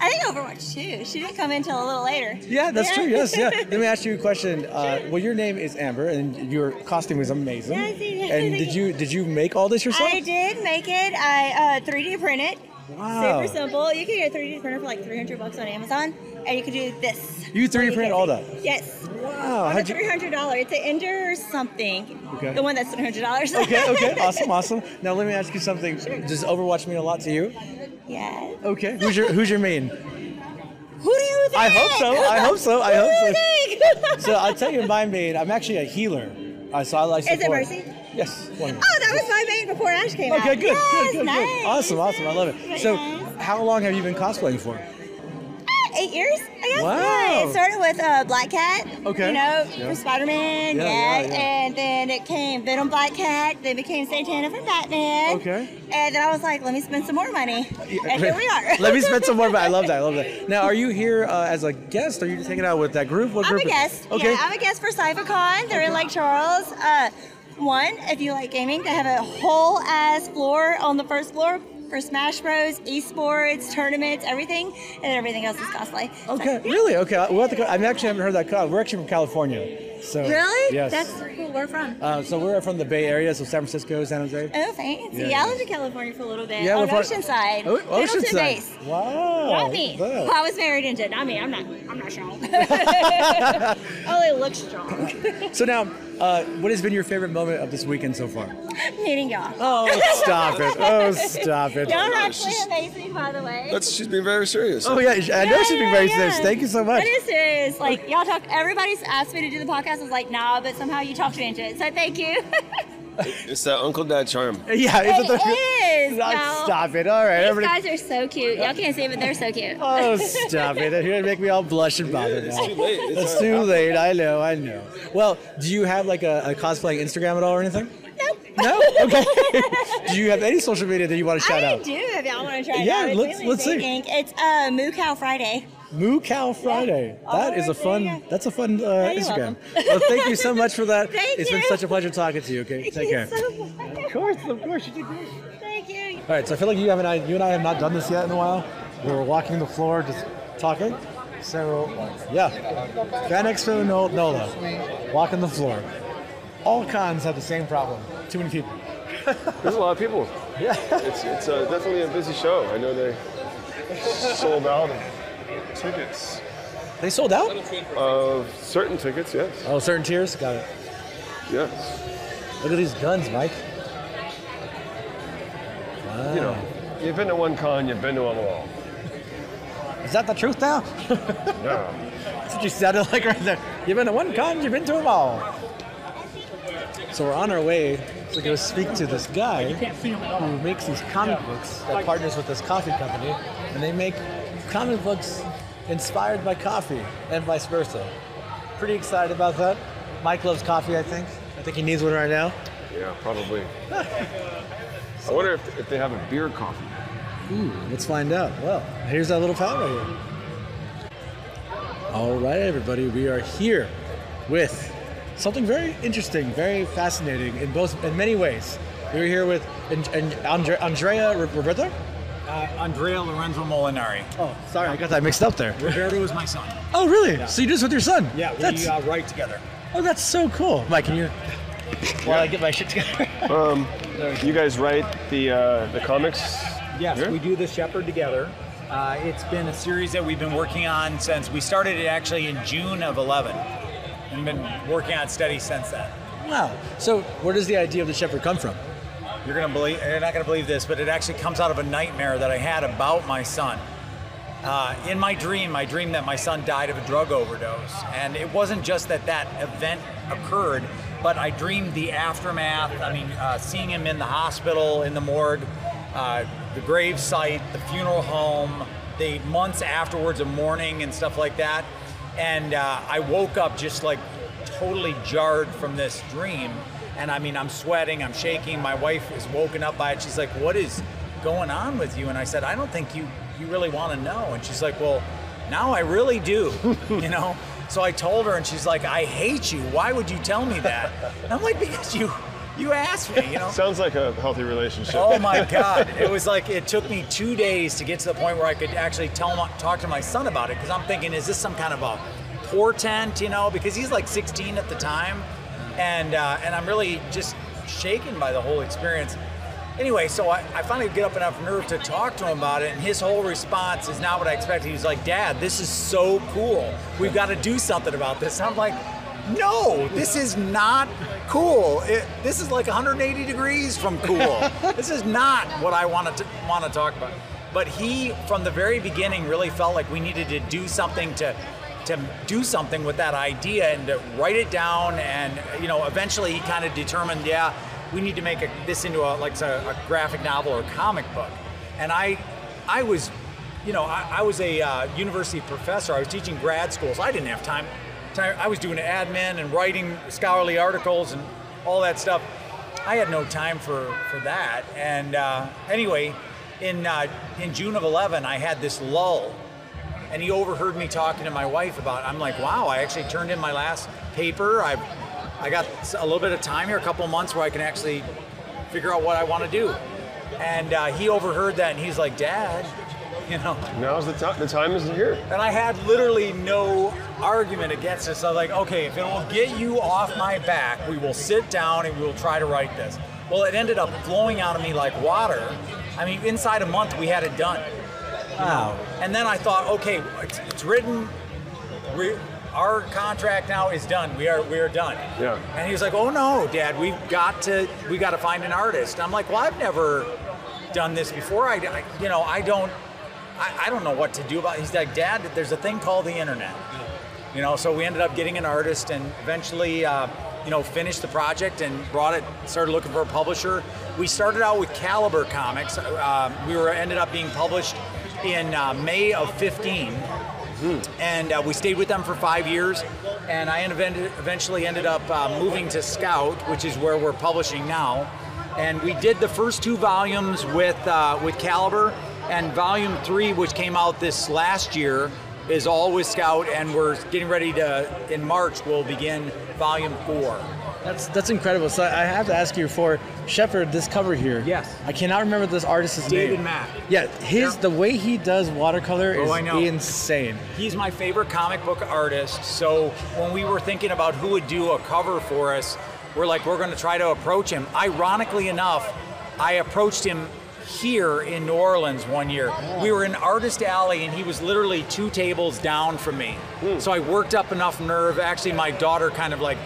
R: I think Overwatch too. She didn't come in till a little later.
B: Yeah, that's true. Yes, yeah. Let me ask you a question. Uh, well, your name is Amber, and your costume is amazing.
R: Yes, yes,
B: And
R: thank
B: did you did you make all this yourself?
R: I did make it. I uh, 3D print it.
B: Wow.
R: Super simple. You can get a 3D printer for like 300 bucks on Amazon, and you can do this.
B: You 3D printed all that.
R: Yes.
B: Wow,
R: On a
B: how'd you-
R: three hundred dollar. It's an Ender or something.
B: Okay.
R: The one that's three hundred dollars.
B: Okay, okay, awesome, awesome. Now let me ask you something. Does Overwatch mean a lot to you?
R: Yeah.
B: Okay. Who's your Who's your main?
R: Who do you think?
B: I hope so. I hope so. I hope so.
R: Who do you think?
B: So I'll tell you my main. I'm actually a healer. Uh, so I like
R: Is it
B: support.
R: Mercy?
B: Yes. One.
R: Oh, that was my main before Ash came out.
B: Okay, good,
R: Yes,
B: good, good,
R: nice.
B: good. Awesome, awesome. I love it. So, how long have you been cosplaying for?
R: Ah, Eight years, I guess.
B: Wow.
R: Yeah, it started with uh, Black Cat.
B: Okay.
R: You know,
B: Yeah.
R: for Spider Man.
B: Yeah,
R: Yeah,
B: yeah, yeah.
R: And then it came Venom Black Cat. Then became Santana for Batman.
B: Okay.
R: And then I was like, let me spend some more money. And here we are.
B: Let me spend some more. But I love that. I love that. Now, are you here uh, as a guest? Or are you just hanging out with that group? What
R: I'm
B: group?
R: a
B: is-
R: guest.
B: Okay.
R: Yeah, I'm a guest for CypherCon. They're in Lake Charles. Uh, one, if you like gaming, they have a whole ass floor on the first floor for Smash Bros, esports, tournaments, everything, and everything else is cosplay. So,
B: okay. Really? Okay. We'll have to go. I actually haven't heard that. Call. We're actually from California. So.
R: Really?
B: Yes.
R: That's where we're from.
B: Uh, so we're from the Bay Area, so San Francisco, San Jose.
R: Oh, fancy.
B: Yeah.
R: I lived in California for a little bit.
B: Yeah,
R: on
B: we're part-
R: Oceanside.
B: Oh,
R: Middleton
B: Oceanside.
R: Base.
B: Wow.
R: Not me.
B: look at
R: Well,
B: that.
R: I was married and did. Not me. I'm not. I'm not strong. Only look strong.
B: So now, uh, what has been your favorite moment of this weekend so far?
R: Meeting y'all.
B: Oh, stop it. Oh, stop it.
R: Y'all are actually amazing, by the way.
C: That's she's being very serious.
B: Oh yeah, I know she's being very
R: yeah.
B: serious. Thank you so much.
R: It is serious. Like y'all talk. Everybody's asked me to do the podcast. I was like, nah, but somehow you talked me into it. So thank you.
C: It's that Uncle Dad charm.
B: Yeah,
R: it's it is. y'all.
B: Stop it. All right,
R: These
B: everybody.
R: guys are so cute. Y'all can't see, but they're so cute.
B: Oh, stop it. You're going to make me all blush and bother
R: it's
B: now.
R: too late. It's
B: It's
R: already
B: too
R: happened.
B: late. I know, I know. Well, do you have like a, a cosplaying Instagram at all or anything? No. No? Okay. do you have any social media that you want to shout
R: I
B: out?
R: do if y'all want to try it
B: Yeah,
R: out. It's
B: let's-
R: really
B: let's see.
R: big ink. It's uh, Moo Cow Friday.
B: Moo Cow Friday.
R: All
B: That is a
R: right, there
B: fun.
R: you go.
B: That's a fun uh,
R: you're
B: Instagram.
R: welcome.
B: Well, thank you so much for that.
R: Thank
B: It's been
R: you.
B: such a pleasure talking to you. Okay, take care.
R: Of
B: course, of course, you did great.
R: Thank you.
B: All right, so I feel like you haven't, I, you and I have not done this yet in a while. We were walking the floor, just talking. So, yeah, Fan Expo no, NOLA, walking the floor. All cons have the same problem. Too many people.
S: There's a lot of people.
B: Yeah.
S: It's, it's uh, definitely a busy show. I know they sold out of tickets.
B: They sold out?
S: Of certain tickets, yes.
B: Oh, certain tiers. Got it.
S: Yes.
B: Look at these guns, Mike.
S: You know, you've been to one con, you've been to them all.
B: Is that the truth now?
S: Yeah.
B: That's what you sounded like right there. You've been to one con, you've been to them all. So we're on our way to go speak to this guy who makes these comic books that partners with this coffee company, and they make comic books inspired by coffee and vice versa. Pretty excited about that. Mike loves coffee, I think. I think he needs one right now.
S: Yeah, probably. I wonder if, if they have a beer coffee.
B: Ooh, Hmm, let's find out. Well, here's that little fountain right here. All right, everybody, we are here with something very interesting, very fascinating in both in many ways. We're here with and, and Andre, Andrea Ro- Roberto.
H: Uh, Andrea Lorenzo Molinari.
B: Oh, sorry, I got that mixed up there.
H: Roberto is my son.
B: Oh, really? So you do this with your son?
H: Yeah, we
B: That's,
H: uh, write together.
B: oh, that's so cool. Mike, can you? While I get my shit together.
S: Um, you guys write the uh, the comics?
H: Yes, we do the Shepherd together. Uh, it's been a series that we've been working on since we started it actually in June of 11, and been working on it steady since then.
B: Wow. So where does the idea of the shepherd come from?
H: You're gonna believe you're not gonna believe this, but it actually comes out of a nightmare that I had about my son. Uh, in my dream, I dreamed that my son died of a drug overdose, and it wasn't just that that event occurred, but I dreamed the aftermath. I mean, uh, seeing him in the hospital, in the morgue, uh, the grave site, the funeral home, the months afterwards of mourning and stuff like that. And uh, I woke up just like totally jarred from this dream. And I mean, I'm sweating, I'm shaking. My wife is woken up by it. She's like, What is going on with you? And I said, I don't think you, you really want to know. And she's like, Well, now I really do, you know? So I told her, and she's like, I hate you. Why would you tell me that? And I'm like, Because you You asked me, you know?
S: Sounds like a healthy relationship.
H: Oh my God. It was like, it took me two days to get to the point where I could actually tell my, talk to my son about it because I'm thinking, is this some kind of a portent, you know? Because he's like 16 at the time. And, uh, and I'm really just shaken by the whole experience. Anyway, so I, I finally get up enough nerve to talk to him about it, and his whole response is not what I expected. He was like, Dad, this is so cool. We've got to do something about this. And I'm like, no, this is not cool. It, this is like 180 degrees from cool. this is not what I want to want to talk about. But he, from the very beginning, really felt like we needed to do something to to do something with that idea and to write it down. And you know, eventually, he kind of determined, yeah, we need to make a, this into a like a, a graphic novel or comic book. And I, I was, you know, I, I was a uh, university professor. I was teaching grad school, so I didn't have time time- I was doing admin and writing scholarly articles and all that stuff. I had no time for, for that. And uh, anyway, in, uh, in June of 11, I had this lull. And he overheard me talking to my wife about, I'm like, wow, I actually turned in my last paper. I've, I got a little bit of time here, a couple months where I can actually figure out what I want to do. And uh, he overheard that and he's like, Dad, you know.
S: Now's the time. The time is here.
H: And I had literally no argument against this. I was like, okay, if it will get you off my back, we will sit down and we will try to write this. Well, it ended up flowing out of me like water. I mean, inside a month, we had it done. Wow. And then I thought, okay, it's, it's written. We, our contract now is done. We are we are done.
S: Yeah.
H: And he was like, "Oh no, Dad, we've got to we got to find an artist." And I'm like, "Well, I've never done this before. I, I- you know I don't I, I don't know what to do about." It. He's like, "Dad, there's a thing called the internet." You know, so we ended up getting an artist and eventually uh, you know finished the project and brought it started looking for a publisher. We started out with Caliber Comics. Uh, we were ended up being published in uh, May of 15 and uh, we stayed with them for five years. And I ended, eventually ended up uh, moving to Scout, which is where we're publishing now. And we did the first two volumes with uh, with Caliber, and volume three, which came out this last year, is all with Scout. And we're getting ready to in March. We'll begin volume four.
B: That's that's incredible. So I have to ask you for Shepard, this cover here. Yes. I cannot remember this artist's name.
H: David Mack.
B: Yeah, his the way he does watercolor
H: Oh,
B: is
H: I know.
B: insane.
H: He's my favorite comic book artist. So when we were thinking about who would do a cover for us, we're like, we're going to try to approach him. Ironically enough, I approached him here in New Orleans one year. We were in Artist Alley, and he was literally two tables down from me. So I worked up enough nerve. Actually, my daughter kind of like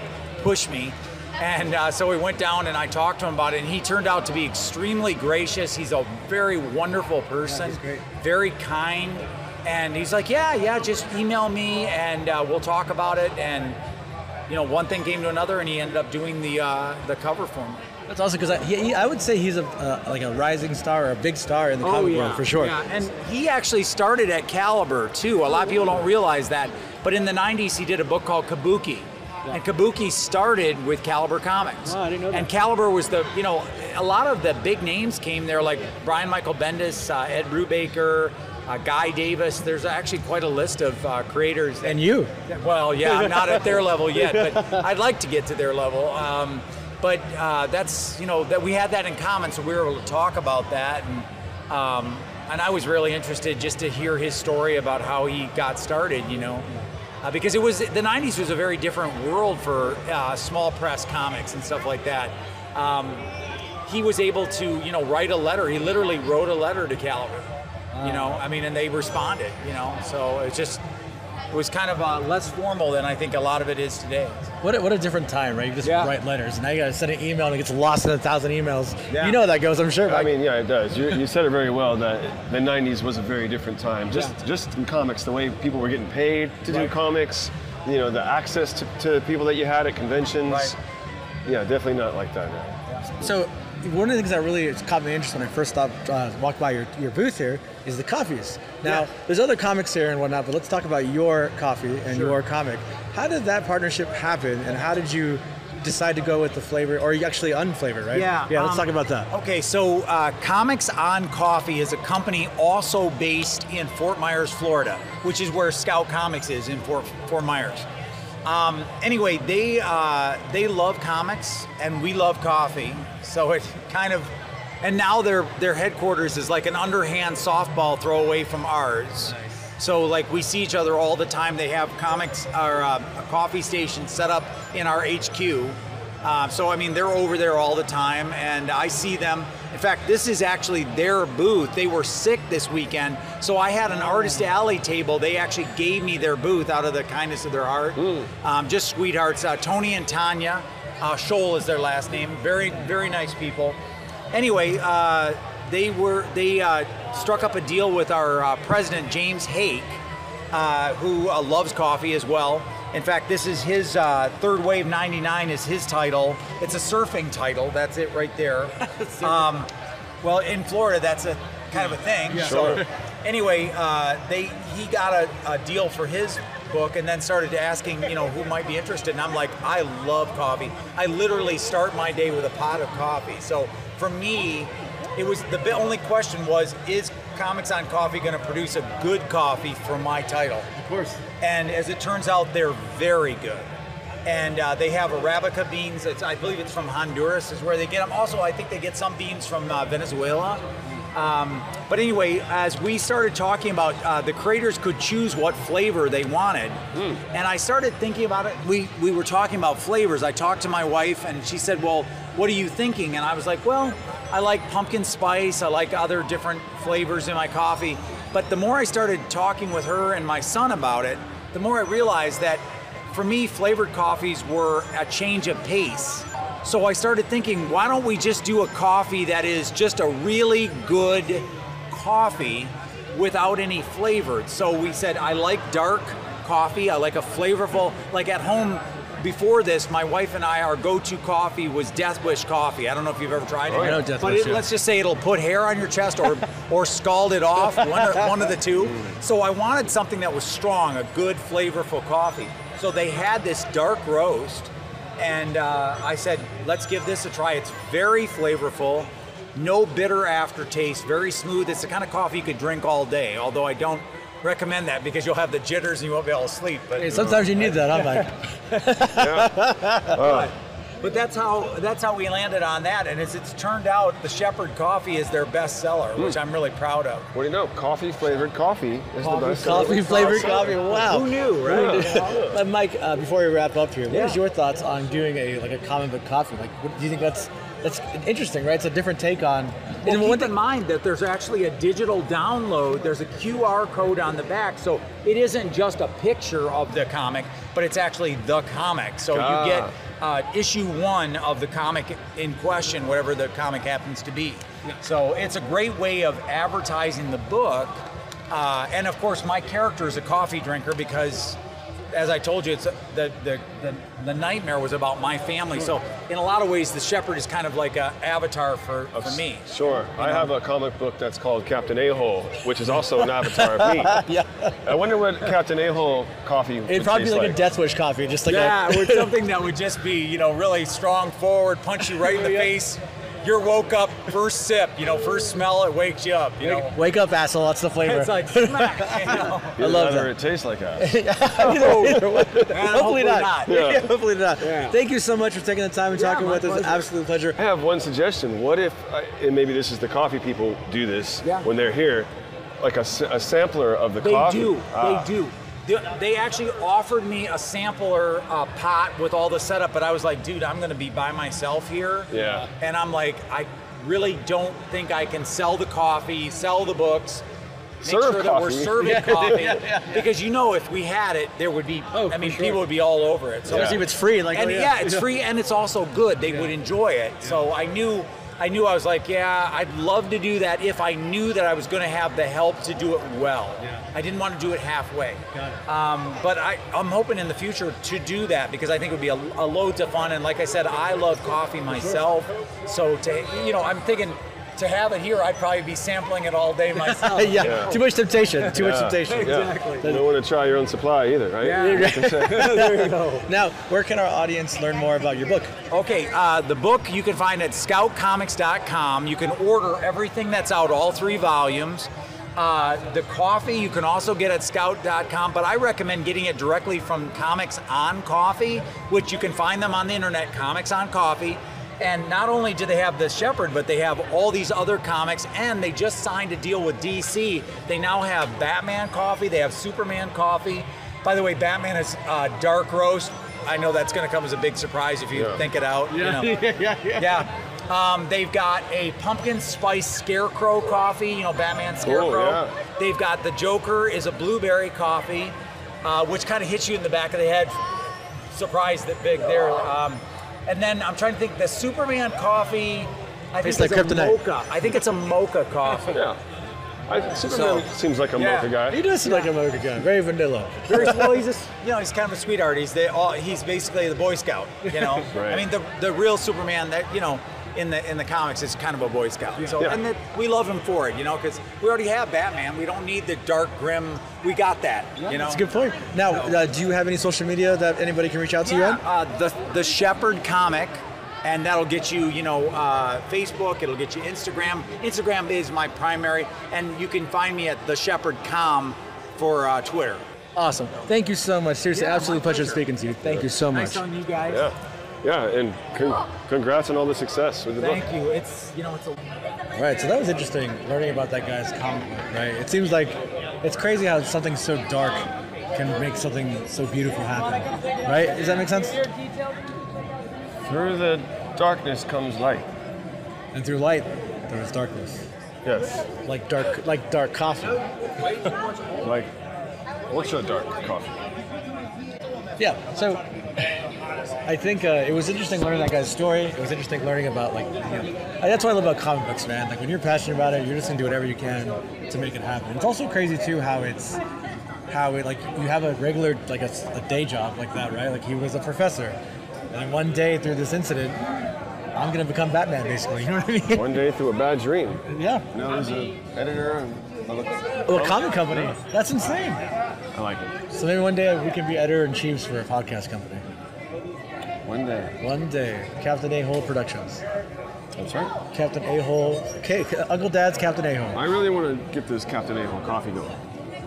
H: pushed me. And uh, so we went down and I talked to him about it, and he turned out to be extremely gracious. He's a very wonderful person, very kind. And he's like, Yeah, yeah, just email me and uh, we'll talk about it. And, you know, one thing came to another, and he ended up doing the, uh, the cover for me.
B: That's awesome because I, he, he- I would say he's a uh, like a rising star or a big star in the comic world for sure.
H: Oh, Yeah, and he actually started at Caliber too. A lot of people don't realize that, but in the '90s he did a book called Kabuki, and Kabuki started with Caliber Comics. Oh, I didn't know that. And Caliber was the you know a lot of the big names came there like Brian Michael Bendis, uh, Ed Brubaker. Uh, Guy Davis, there's actually quite a list of uh, creators.
B: And you.
H: Well, yeah, I'm not at their level yet, but I'd like to get to their level. Um, but uh, that's you know that we had that in common, so we were able to talk about that, and um, and I was really interested just to hear his story about how he got started, you know, uh, because it was the '90s was a very different world for uh, small press comics and stuff like that. Um, he was able to you know write a letter. He literally wrote a letter to Caliber, you know. I mean, and they responded, you know. So it's just it was kind of uh, less formal than I think a lot of it is today.
B: What a, what a different time, right? You just write letters, and now you gotta send an email and it gets lost in a thousand emails. You know how that goes, I'm sure.
S: I mean, yeah, it does. You, you said it very well that the '90s was a very different time. Just just in comics, the way people were getting paid to do
H: Right.
S: comics, you know, the access to, to people that you had at conventions.
B: Right.
S: Yeah, definitely not like that now.
B: So one of the things that really caught my interest when I first stopped, uh, walked by your, your booth here is the coffees. Now, there's other comics here and whatnot, but let's talk about your coffee and your comic. How did that partnership happen, and how did you decide to go with the flavor, or you actually unflavored, right?
H: Yeah.
B: Yeah, let's
H: um,
B: talk about that.
H: Okay, so uh, Comics on Coffee is a company also based in Fort Myers, Florida, which is where Scout Comics is in Fort, Fort Myers. Um, anyway, they uh, they love comics and we love coffee, so it kind of. And now their their headquarters is like an underhand softball throw away from ours. So like we see each other all the time. They have comics or uh, a coffee station set up in our HQ. Uh, so I mean they're over there all the time, and I see them. In fact, this is actually their booth. They were sick this weekend, so I had an artist alley table. They actually gave me their booth out of the kindness of their heart. Um, just sweethearts, uh, Tony and Tanya. Uh, Shoal is their last name. Very very nice people. Anyway, uh, they were they uh, struck up a deal with our uh, president James Hake, uh, who uh, loves coffee as well. In fact, this is his uh, Third Wave '99 is his title. It's a surfing title. That's it right there. um, well, in Florida, that's a kind of a thing.
O: Yeah.
H: So
O: Sure.
H: anyway, uh, they he got a, a deal for his book and then started asking, you know, who might be interested. And I'm like, I love coffee. I literally start my day with a pot of coffee. So for me, it was the bi- only question was, is Comics on Coffee going to produce a good coffee for my title? Of course. And as it turns out, they're very good. And uh, they have Arabica beans. It's, I believe it's from Honduras is where they get them. Also, I think they get some beans from uh, Venezuela. Um, but anyway, as we started talking about uh, the creators could choose what flavor they wanted, and I started thinking about it. We we were talking about flavors. I talked to my wife, and she said, "Well, what are you thinking?" And I was like, "Well, I like pumpkin spice. I like other different flavors in my coffee." But the more I started talking with her and my son about it, the more I realized that for me, flavored coffees were a change of pace. So I started thinking, why don't we just do a coffee that is just a really good coffee without any flavored? So we said, I like dark coffee. I like a flavorful, like at home before this, my wife and I, our go to coffee was Death Wish coffee. I don't know if you've ever tried it.
B: Oh, I know Death
H: but
B: Wish,
H: it,
B: yeah.
H: let's just say it'll put hair on your chest or, or scald it off, one, or, one of the two. So I wanted something that was strong, a good, flavorful coffee. So they had this dark roast, and uh, I said, let's give this a try. It's very flavorful, no bitter aftertaste, very smooth. It's the kind of coffee you could drink all day, although I don't recommend that because you'll have the jitters and you won't be able to sleep. But
B: Hey, sometimes you need that, huh, Mike?
H: but, but that's how that's how we landed on that, and as it's turned out, the Shepherd coffee is their best seller, which
B: Hmm.
H: I'm really proud of.
S: What do you know? Coffee flavored coffee is
H: Coffee-
S: the best.
B: Coffee
S: selling
B: flavored
S: coffee.
B: coffee. Wow.
H: Who knew, right?
B: Who knew? but Mike, uh, before we wrap up here, what is
H: Yeah.
B: your thoughts on doing a like a comic book coffee? Like, what, do you think that's that's interesting, right? It's a different take on.
H: Well, keep in mind that there's actually a digital download. There's a QR code on the back, so it isn't just a picture of the comic, but it's actually the comic. So
S: Ah.
H: you get uh, issue one of the comic in question, whatever the comic happens to be. So it's a great way of advertising the book. Uh, and of course, my character is a coffee drinker because, as I told you, it's the the, the, the nightmare was about my family. So in a lot of ways, the shepherd is kind of like an avatar for, for me.
S: Sure. I have a comic book that's called Captain A Hole, which is also an avatar of me. yeah. I wonder what Captain A Hole coffee
B: It'd
S: would
B: probably be
S: taste
B: like,
S: like.
B: a Death Wish coffee, just like
H: yeah,
B: a,
H: with something that would just be, you know, really strong forward, punch you right in the face. You're woke up, first sip, you know, first smell, it wakes you up, you know.
B: Wake up, asshole! That's the flavor.
H: It's like smack, you know.
B: I love
S: Either
B: that.
S: It tastes like that.
B: Either- either way. hopefully
H: hopefully
B: not.
H: not.
S: Yeah.
B: Yeah, hopefully not.
S: Yeah.
B: Thank you so much for taking the time and
S: Yeah,
B: talking
S: my
B: with us.
S: pleasure.
B: Absolute pleasure.
S: I have one suggestion. What if, I- and maybe this is the coffee people do this when they're here, like a, s- a sampler of the
H: They
S: coffee.
H: do.
S: Ah.
H: They do. They- They actually offered me a sampler uh, pot with all the setup, but I was like, dude, I'm going to be by myself here.
S: Yeah.
H: And I'm like, I really don't think I can sell the coffee, sell the books, make
S: Serve
H: sure that we're
S: coffee.
H: serving
S: Yeah,
H: coffee.
S: yeah, yeah.
H: Because you know, if we had it, there would be,
B: Oh,
H: I mean, people would be all over it. So
B: Especially if it's free, like- oh,
H: and,
B: yeah.
H: yeah, it's free and it's also good. They would enjoy it. So I knew, I knew I was like, yeah, I'd love to do that if I knew that I was going to have the help to do it well. I didn't want to do it halfway. Got it. Um, but I, I'm hoping in the future to do that because I think it would be a, a loads of fun. And like I said, I love coffee myself. So to, you know, I'm thinking to have it here, I'd probably be sampling it all day myself.
B: yeah. Too much temptation. Too much
S: Yeah.
B: temptation.
S: Yeah. You don't want to try your own supply either, right?
B: there you go. Now, where can our audience learn more about your book?
H: Okay, uh, the book you can find at scoutcomics.com. You can order everything that's out, all three volumes. Uh, the coffee you can also get at scout.com, but I recommend getting it directly from Comics on Coffee, which you can find them on the internet, Comics on Coffee. And not only do they have the Shepherd, but they have all these other comics, and they just signed a deal with DC. They now have Batman coffee, they have Superman coffee. By the way, Batman is uh, dark roast. I know that's going to come as a big surprise if you
O: Yeah.
H: think it out. you
O: Yeah,
H: know.
O: yeah, yeah, yeah.
H: Um, they've got a pumpkin spice scarecrow coffee, you know, Batman
S: Oh,
H: scarecrow.
O: yeah.
H: They've got the Joker is a blueberry coffee, uh, which kind of hits you in the back of the head. Surprised that big there. Um, and then I'm trying to think the Superman coffee. I
B: Tastes
H: think
B: like
H: it's a
B: kryptonite.
H: mocha. I think it's a mocha coffee.
S: yeah. I, Superman seems like a mocha guy.
B: He does seem like a mocha guy. Very vanilla.
H: Very well, he's a, you know he's kind of a sweetheart. He's the all, he's basically the Boy Scout. You know,
S: Right.
H: I mean the the real Superman that you know in the in the comics is kind of a Boy Scout. So
S: Yeah.
H: and that we love him for it. You know, because we already have Batman. We don't need the dark grim. We got that. you know,
B: That's a good point. Now, uh, do you have any social media that anybody can reach out to you
H: yeah,
B: on?
H: uh, the the Shepherd comic, and that'll get you, you know, uh, Facebook. It'll get you Instagram. Instagram is my primary, and you can find me at the Shepherd Com for uh, Twitter.
B: Awesome. Thank you so much. Seriously,
H: Yeah, my
B: absolute pleasure
H: pleasure.
B: speaking to you. Thank you so much.
H: Nice on you guys.
S: Yeah. Yeah, and con- congrats on all the success with the book.
H: Thank you. It's you know it's a
B: All right, so that was interesting learning about that guy's comic book, right? It seems like it's crazy how something so dark can make something so beautiful happen, right? Does that make sense?
S: Through the darkness comes light.
B: And through light, there is darkness.
S: Yes.
B: Like dark, like dark coffee.
S: Like ultra dark coffee.
B: Yeah. So I think uh, it was interesting learning that guy's story. It was interesting learning about like. You know, I- that's what I love about comic books, man. Like when you're passionate about it, you're just gonna do whatever you can to make it happen. It's also crazy too how it's how it like you have a regular like a, s- a day job like that, right? Like he was a professor, and then one day through this incident, I'm gonna become Batman, basically. You know what I mean?
S: One day through a bad dream.
B: Yeah.
S: Now there's an editor and a
B: Oh, a comic company. That's insane.
S: I like it.
B: So maybe one day we can be editor in chiefs for a podcast company.
S: One day.
B: One day, Captain A Hole Productions.
S: That's right.
B: Captain A Hole. Okay, Uncle Dad's Captain A Hole.
S: I really want to get this Captain A-Hole coffee going.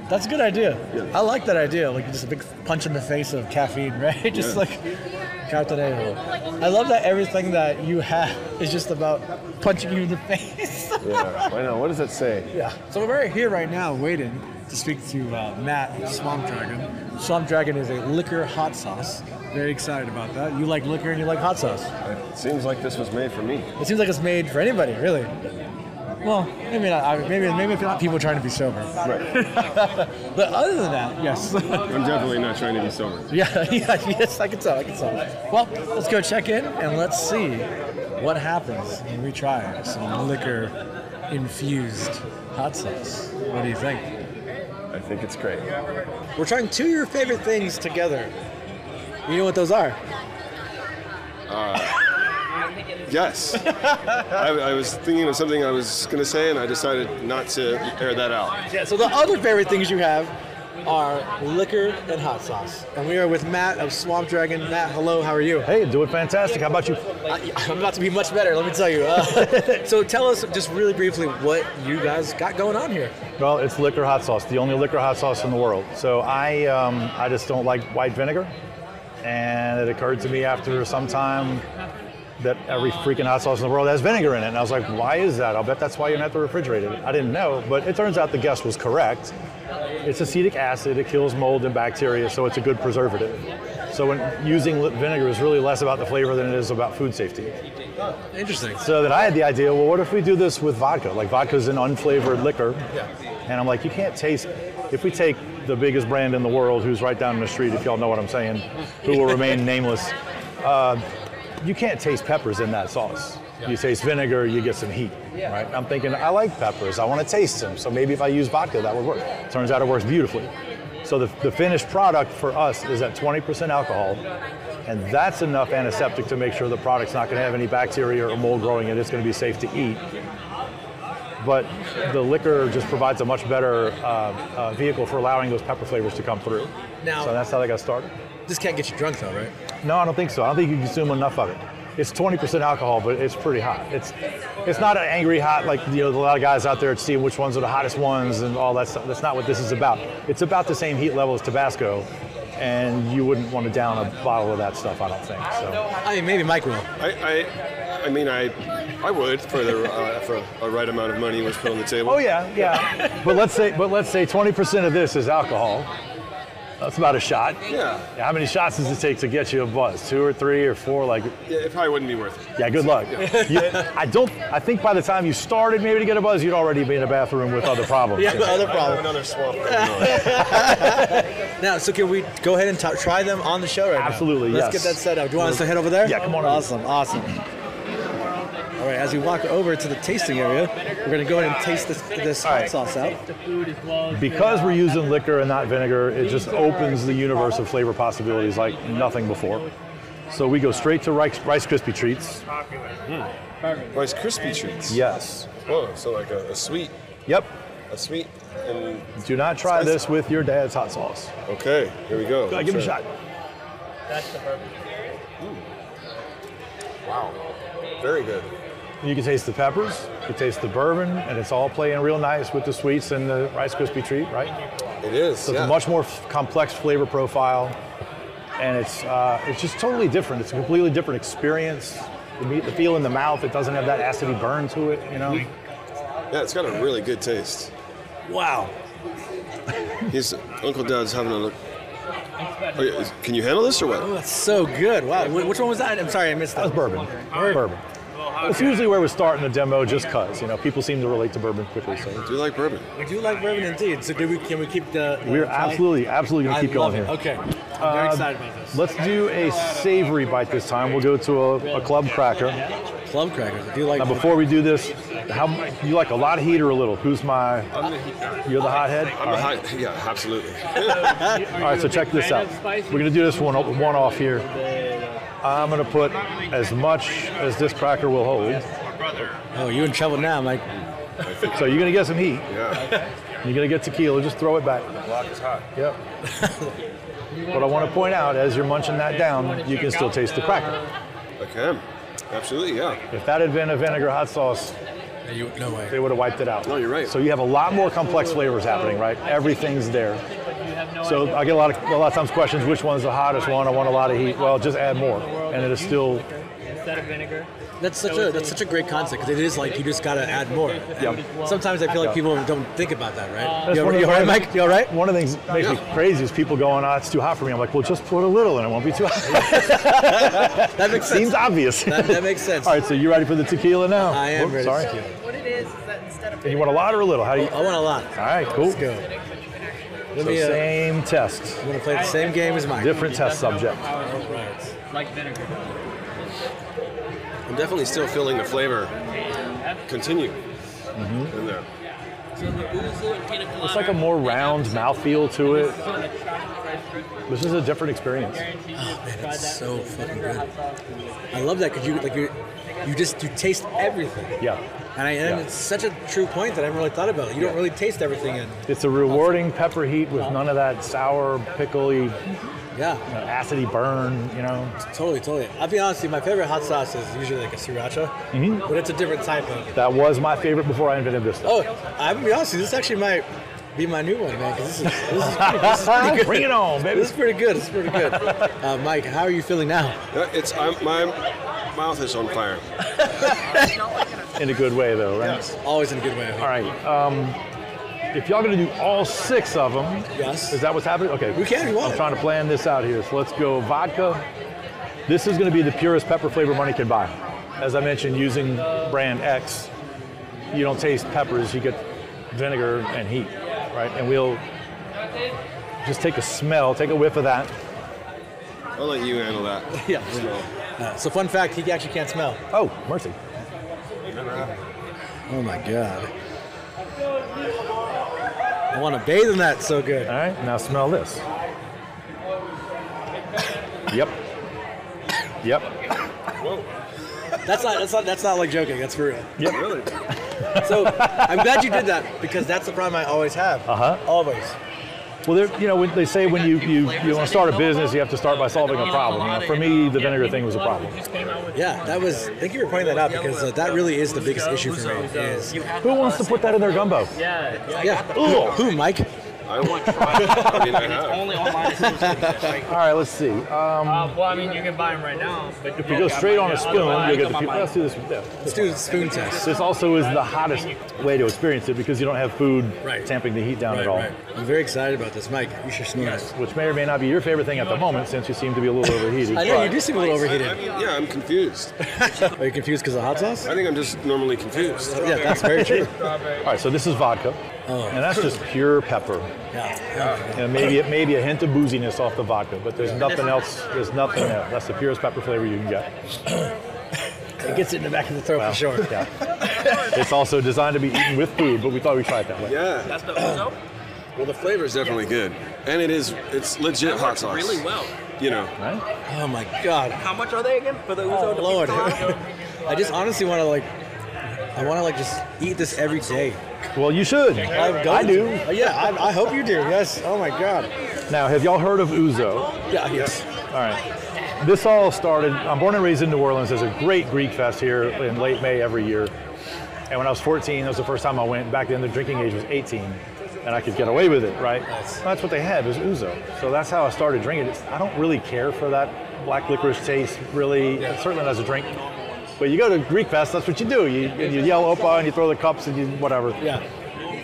B: That's a good idea. I like that idea. Like just a big punch in the face of caffeine, right? just
S: Yeah.
B: like Captain A Hole. I love that everything that you have is just about punching you in the face.
S: Yeah, I know. What does that say?
B: Yeah. So we're right here right now waiting to speak to uh, Matt Swamp Dragon. Swamp Dragon is a liquor hot sauce. Very excited about that. You like liquor and you like hot sauce.
S: It seems like this was made for me.
B: It seems like it's made for anybody, really. Well, maybe not. I- Maybe maybe if not people trying to be sober. but other than that, yes.
S: I'm definitely not trying to be sober.
B: Yeah, yeah, yes, I can tell, I can tell. Well, let's go check in and let's see what happens when we try some liquor infused hot sauce. What do you think?
S: I think it's great.
B: We're trying two of your favorite things together. You know what those are?
S: Uh, yes. I, I was thinking of something I was going to say, and I decided not to air that out.
B: Yeah, so the other favorite things you have are liquor and hot sauce. And we are with Matt of Swamp Dragon. Matt, hello, how are you?
T: Hey, doing fantastic. How about you?
B: I, I'm about to be much better, let me tell you. Uh, so tell us just really briefly what you guys got going on here.
T: Well, it's liquor hot sauce, the only liquor hot sauce in the world. So I, um, I just don't like white vinegar, and it occurred to me after some time that every freaking hot sauce in the world has vinegar in it, and I was like, why is that? I'll bet that's why you don't have to refrigerate it. I didn't know, but it turns out the guess was correct. It's acetic acid. It kills mold and bacteria, so it's a good preservative. So when using li- vinegar is really less about the flavor than it is about food safety. Oh.
B: Interesting.
T: So then I had the idea, well, what if we do this with vodka? Like vodka's an unflavored liquor.
B: Yeah.
T: And I'm like, you can't taste. If we take the biggest brand in the world, who's right down the street, if y'all know what I'm saying, who will remain nameless, uh, you can't taste peppers in that sauce. You taste vinegar, you get some heat, right? I'm thinking, I like peppers, I want to taste them. So maybe if I use vodka, that would work. Turns out it works beautifully. So the, the finished product for us is at 20% alcohol, and that's enough antiseptic to make sure the product's not going to have any bacteria or mold growing in it. It's going to be safe to eat but the liquor just provides a much better uh, uh, vehicle for allowing those pepper flavors to come through.
B: Now-
T: so that's how they got started.
B: This can't get you drunk though, right?
T: No, I don't think so. I don't think you consume enough of it. It's 20% alcohol, but it's pretty hot. It's it's not an angry hot like you know a lot of guys out there seeing which ones are the hottest ones and all that stuff. That's not what this is about. It's about the same heat level as Tabasco, and you wouldn't want to down a bottle of that stuff. I don't think. So
B: I mean, maybe Mike will.
C: I, I, I mean, I, I would for the uh, for a right amount of money was put on the table.
T: Oh yeah, yeah. but let's say but let's say 20% of this is alcohol. That's about a shot.
C: Yeah.
T: How many shots does it take to get you a buzz? Two or three or four? Like,
C: Yeah, it probably wouldn't be worth it.
T: yeah. Good luck.
C: Yeah.
T: You- I don't. I think by the time you started, maybe to get a buzz, you'd already be in a bathroom with other problems.
B: Yeah, other
C: I
B: problem.
C: have another swamp.
B: Now, so can we go ahead and t- try them on the show right
T: Absolutely,
B: now?
T: yes.
B: Let's get that set up. Do you want us to head over there?
T: Yeah, come on over.
B: Awesome, awesome. All right, as we walk over to the tasting area, we're going to go ahead and taste this, this hot sauce out.
T: Because we're using liquor and not vinegar, it just opens the universe of flavor possibilities like nothing before. So we go straight to Rice, Rice Krispie treats.
C: Hmm. Rice Krispie Oh, treats.
T: Yes.
C: Whoa, so like a, a sweet.
T: Yep.
C: A sweet and.
T: Do not try this with your dad's hot sauce.
C: Okay, here we go.
T: Go ahead, give it a
C: Sure.
T: shot.
L: That's the bourbon.
C: Wow. Very good.
T: You can taste the peppers, you can taste the bourbon, and it's all playing real nice with the sweets and the Rice Krispie treat, right?
C: It is.
T: So
C: yeah.
T: it's a much more f- complex flavor profile, and it's uh, it's just totally different. It's a completely different experience. The, meat, the feel in the mouth, it doesn't have that acidy burn to it, you know.
C: Yeah, it's got a really good taste.
B: Wow.
C: He's Uncle Dad's having a look. Oh, yeah, is- can you handle this or what?
B: Oh, that's so good. Wow. Wh- Which one was that? I'm sorry, I missed that.
T: That was bourbon. Bourbon. It's usually where we start in the demo, just cause you know people seem to relate to bourbon quickly. So
C: Do you like bourbon?
B: We do like bourbon indeed. So do we? Can we keep the?
T: We're
B: the-
T: absolutely, absolutely gonna
B: I
T: keep going
B: love it.
T: here.
B: Okay. I'm very
T: Uh,
B: excited about this.
T: Let's do a savory bite this time. We'll go to a, a club cracker.
B: Club crackers. Do you like?
T: Now, before we do this, how you like a lot of heat or a little? Who's my?
C: I'm the heat guy.
T: You're the hothead.
C: I'm the hot. Yeah, absolutely.
T: All right, so check this out. We're gonna do this one one off here. I'm gonna put as much as this cracker will hold.
B: Oh, you in trouble now, Mike.
T: So you're gonna get some heat.
C: Yeah.
T: You're gonna get tequila. Just throw it back.
C: Block is hot.
T: Yep. But I want to point out, as you're munching that down, you can still taste the cracker.
C: Okay. Absolutely, yeah.
T: If that had been a vinegar hot sauce,
B: no way.
T: they would have wiped it out.
C: No, you're right.
T: So you have a lot more complex flavors happening, right? Everything's there. So I get a lot of a lot of times questions, which one's the hottest one? I want a lot of heat. Well, just add more, and it is still
L: Instead of vinegar.
B: That's such a that's such a great concept because it is like you just gotta add more. And Sometimes I feel like
T: Yeah.
B: people don't think about that, right?
L: Uh,
T: That's
B: You all
T: one of
B: right,
T: the-
B: you all right, Mike? You all right?
T: One of the things that makes me crazy is people going, "Ah, it's too hot for me." I'm like, "Well, just put a little, and it won't be too hot."
B: that makes sense.
T: Seems obvious.
B: That, that makes sense.
T: All right, so you ready for the tequila now?
B: I am
T: Whoops,
B: ready.
T: Sorry.
U: What it is is that instead of
T: And you want a lot or a little? How do you?
B: I want a lot.
T: All right, cool.
B: Let's go.
T: So
B: Let me, uh,
T: same test.
B: I'm gonna play the same game as Mike.
T: Different test subject.
L: Like vinegar.
C: I'm definitely still feeling the flavor continue
T: Mhm.
C: in there.
T: It's like a more round mouthfeel to it. This is a different experience.
B: Oh man, it's so fucking good. I love that because you like you you just you taste everything.
T: Yeah.
B: And, I, and
T: Yeah.
B: it's such a true point that I haven't really thought about. You don't really taste everything in.
T: It's a rewarding pepper heat with none of that sour, pickly,
B: Yeah,
T: acidy burn. You know.
B: totally, totally. I'll be honest with you, my favorite hot sauce is usually like a sriracha,
T: Mhm.
B: but it's a different type of.
T: That was my favorite before I invented this.
B: Oh, I'm gonna be honest with you, this actually might be my new one, man, 'cause this is, this is, pretty, this is pretty good.
T: Bring it on, baby.
B: This is pretty good. It's pretty good. Uh, Mike, how are you feeling now?
C: Yeah, Uh, It's I'm, my mouth is on fire.
T: In a good way, though, right?
B: Always in a good way. All
T: right. Um, if y'all gonna do all six of them,
B: yes.
T: Is that what's happening? Okay.
B: We can if you want.
T: I'm trying to plan this out here. So let's go vodka. This is gonna be the purest pepper flavor money can buy. As I mentioned, using brand X, you don't taste peppers. You get vinegar and heat, right? And we'll just take a smell, take a whiff of that.
C: I'll let you handle that.
B: yeah. Uh, so fun fact, he actually can't smell.
T: Oh, mercy.
B: Oh my god. I want to bathe in that it's so good. All
T: right, now smell this. Yep. Yep.
C: Whoa.
B: That's not that's not that's not like joking. That's for real.
T: Yep.
C: Really?
B: So I'm glad you did that because that's the problem I always have.
T: Uh huh.
B: Always.
T: Well, they're- you know, when they say when you, you, you want to start a business, you have to start by solving a problem. You know, for me, the vinegar thing was a problem.
B: Yeah, that was. Thank you for pointing that out because uh, that really is the biggest issue for me. Is
T: Who wants to put that in their gumbo?
B: yeah,
T: Ooh.
B: Who, Mike?
T: I want I mean, I
L: And it's
T: have.
L: only online.
T: All right, let's see. Um,
L: Uh, well, I mean, you can buy them right now. But
T: If you go straight on a spoon, you'll get the people. Let's do this. yeah.
B: Let's do the spoon test.
T: This also is the hottest way to experience it because you don't have food
B: Right.
T: tamping the heat down
B: Right,
T: at all.
B: right. I'm very excited about this, Mike. You should smell it.
T: Which may or may not be your favorite thing at the moment since you seem to be a little overheated.
B: I know you
T: but-
B: do seem a little overheated.
C: yeah, I'm confused.
B: Are you confused because of hot sauce?
C: I think I'm just normally confused.
B: Yeah, that's very true.
T: All right, so this is vodka,
B: Oh.
T: and that's just pure pepper,
B: Yeah.
T: and maybe maybe a hint of booziness off the vodka, but there's nothing else. There's nothing there. That's the purest pepper flavor you can get.
B: It gets it in the back of the throat
T: Well,
B: for sure.
T: yeah. It's also designed to be eaten with food, but we thought we'd try it that way.
C: Yeah. That's the Well, the flavor is definitely good, and it is it's legit
T: That
C: hot
T: works
C: sauce.
T: really well.
C: You know.
B: Oh my god.
L: How much are they again for the
B: Oh lord. I just honestly want to like. I want to like just eat this every day.
T: Well, you should.
B: I'm
T: I
B: going
T: do.
B: to. Yeah, I, I hope you do. Yes. Oh my god.
T: Now, have y'all heard of ouzo?
B: Yeah, yes.
T: All right. This all started, I'm born and raised in New Orleans. There's a great Greek fest here in late May every year. And when I was 14, that was the first time I went. Back then, the drinking age was 18, and I could get away with it, right? That's what they had was ouzo. So that's how I started drinking it. I don't really care for that black licorice taste, really, certainly not as a drink. But you go to Greek fest, that's what you do. You, and you yell opa and you throw the cups and you whatever.
B: Yeah.